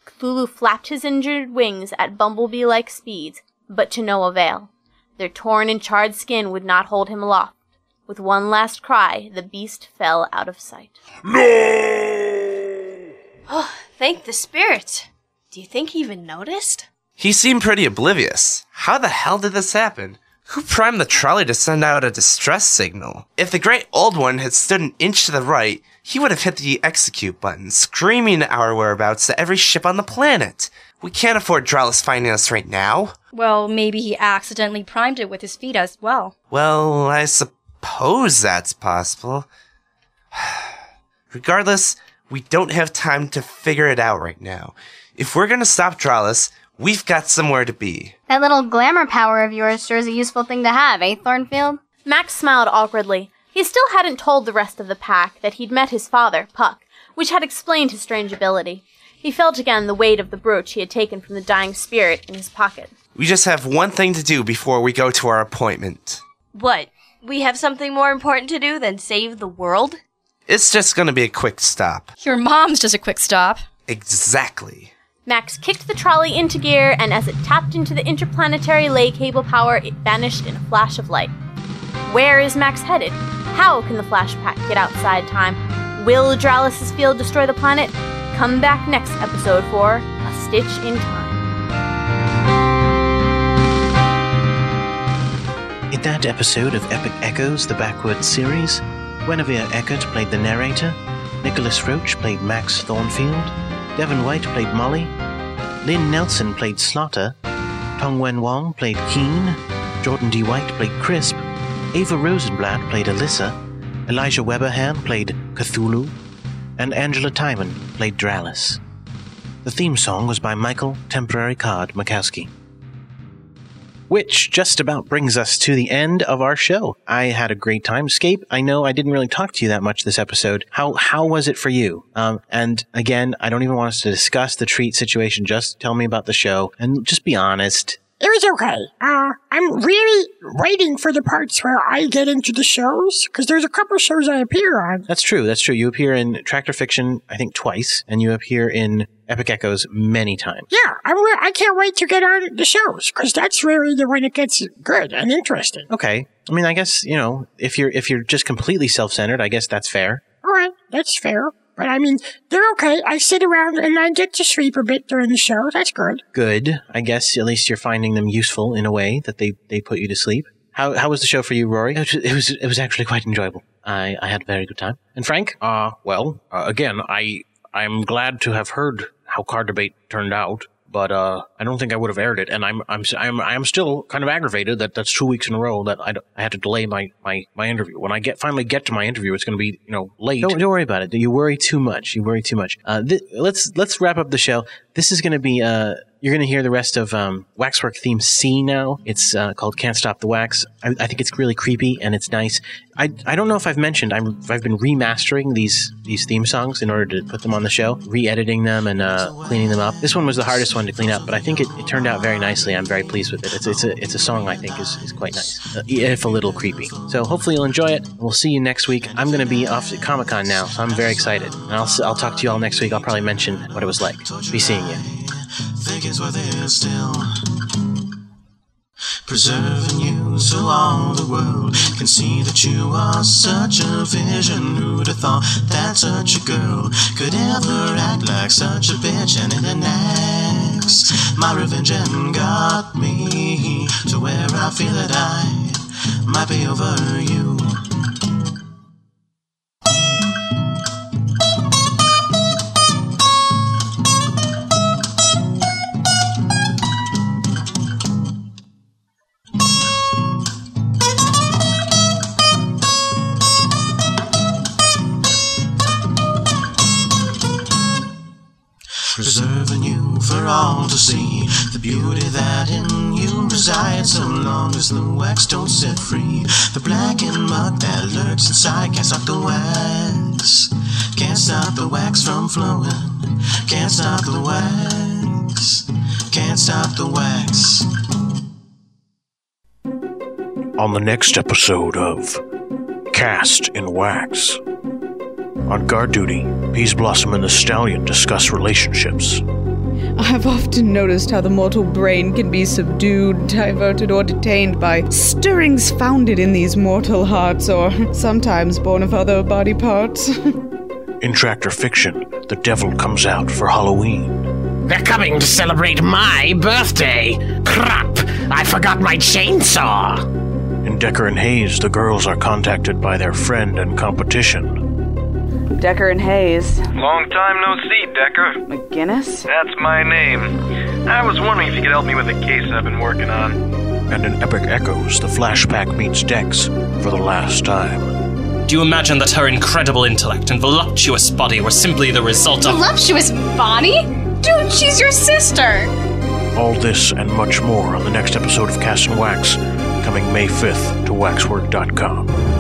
[SPEAKER 6] Cthulhu flapped his injured wings at bumblebee like speeds, but to no avail. Their torn and charred skin would not hold him aloft. With one last cry, the beast fell out of sight.
[SPEAKER 13] Oh, thank the spirit. Do you think he even noticed?
[SPEAKER 11] He seemed pretty oblivious. How the hell did this happen? Who primed the trolley to send out a distress signal? If the great old one had stood an inch to the right, he would have hit the execute button, screaming our whereabouts to every ship on the planet. We can't afford Dralis finding us right now.
[SPEAKER 36] Well, maybe he accidentally primed it with his feet as well.
[SPEAKER 11] Well, I suppose that's possible. <sighs> Regardless, we don't have time to figure it out right now. If we're gonna stop Dralis, we've got somewhere to be.
[SPEAKER 7] That little glamour power of yours sure is a useful thing to have, eh, Thornfield?
[SPEAKER 6] Max smiled awkwardly. He still hadn't told the rest of the pack that he'd met his father, Puck, which had explained his strange ability. He felt again the weight of the brooch he had taken from the dying spirit in his pocket.
[SPEAKER 11] We just have one thing to do before we go to our appointment.
[SPEAKER 13] What? We have something more important to do than save the world?
[SPEAKER 11] It's just gonna be a quick stop.
[SPEAKER 36] Your mom's just a quick stop.
[SPEAKER 11] Exactly.
[SPEAKER 6] Max kicked the trolley into gear, and as it tapped into the interplanetary lay cable power, it vanished in a flash of light. Where is Max headed? How can the flashpack get outside time? Will Dralis' field destroy the planet? Come back next episode for A Stitch in Time.
[SPEAKER 1] In that episode of Epic Echoes, the Backward series, Guinevere Eckert played the narrator, Nicholas Roach played Max Thornfield, Devon White played Molly, Lynn Nelson played Slaughter, Tongwen Wong played Keen, Jordan D. White played Crisp, Ava Rosenblatt played Alyssa, Elijah Weberhan played Cthulhu, and Angela Timon played Dralis. The theme song was by Michael Temporary Card McCaskey. Which just about brings us to the end of our show. I had a great time. Scape, I know I didn't really talk to you that much this episode. How how was it for you? Um, and again, I don't even want us to discuss the treat situation. Just tell me about the show and just be honest.
[SPEAKER 3] It was okay. Uh, I'm really waiting for the parts where I get into the shows, because there's a couple shows I appear on.
[SPEAKER 1] That's true. That's true. You appear in Tractor Fiction, I think, twice, and you appear in Epic Echoes many times.
[SPEAKER 3] Yeah, I'm re- I can't wait to get on the shows, because that's really the one that gets good and interesting.
[SPEAKER 1] Okay. I mean, I guess you know if you're if you're just completely self-centered, I guess that's fair.
[SPEAKER 3] All right, that's fair. But I mean, they're okay. I sit around and I get to sleep a bit during the show. That's good.
[SPEAKER 1] Good. I guess at least you're finding them useful in a way that they they put you to sleep. How how was the show for you, Rory? It was it was actually quite enjoyable. I I had a very good time. And Frank?
[SPEAKER 2] Uh, well, uh, again, I I'm glad to have heard how car debate turned out, but uh, I don't think I would have aired it, and I'm I'm I'm I'm still kind of aggravated that that's two weeks in a row that I, d- I had to delay my, my my interview. When I get finally get to my interview, it's going to be you know late.
[SPEAKER 1] Don't, don't worry about it. You worry too much. You worry too much. Uh, th- let's let's wrap up the show. This is going to be uh, you're going to hear the rest of um, Waxwork theme C now. It's uh, called "Can't Stop the Wax." I, I think it's really creepy and it's nice. I, I don't know if I've mentioned I'm, I've been remastering these these theme songs in order to put them on the show, re-editing them and uh, cleaning them up. This one was the hardest one to clean up, but I think it, it turned out very nicely. I'm very pleased with it. It's, it's a it's a song I think is, is quite nice, uh, if a little creepy. So hopefully you'll enjoy it. We'll see you next week. I'm going to be off to Comic Con now, so I'm very excited, and I'll s- I'll talk to you all next week. I'll probably mention what it was like. Be seeing you.
[SPEAKER 37] Think it's worth it still.
[SPEAKER 1] preserving you so all the world can see that you are such a vision. Who'd have thought that such a girl could ever act like such a bitch? And in an axe, my revenge and got me to where I feel that I might be over you. preserving you for all to see. The beauty that in you resides, so long as the wax don't set free. The black and mud that lurks inside can't stop the wax. Can't stop the wax from flowing. Can't stop the wax. Can't stop the wax.
[SPEAKER 2] on the next episode of Cast in Wax. On guard duty, Peas Blossom and the Stallion discuss relationships.
[SPEAKER 17] I've often noticed how the mortal brain can be subdued, diverted, or detained by stirrings founded in these mortal hearts, or sometimes born of other body parts. <laughs>
[SPEAKER 2] In Tractor Fiction, the devil comes out for Halloween.
[SPEAKER 18] They're coming to celebrate my birthday. Crap! I forgot my chainsaw.
[SPEAKER 2] In Decker and Hayes, the girls are contacted by their friend and competition.
[SPEAKER 38] Decker and Hayes.
[SPEAKER 34] Long time no see, Decker.
[SPEAKER 38] McGinnis?
[SPEAKER 34] That's my name. I was wondering if you could help me with a case I've been working on.
[SPEAKER 2] And in Epic Echoes, the flashback meets Dex for the last time.
[SPEAKER 8] Do you imagine that her incredible intellect and voluptuous body were simply the result of.
[SPEAKER 7] Voluptuous body? Dude, she's your sister!
[SPEAKER 2] All this and much more on the next episode of Cast and Wax, coming May 5th to waxwork.com.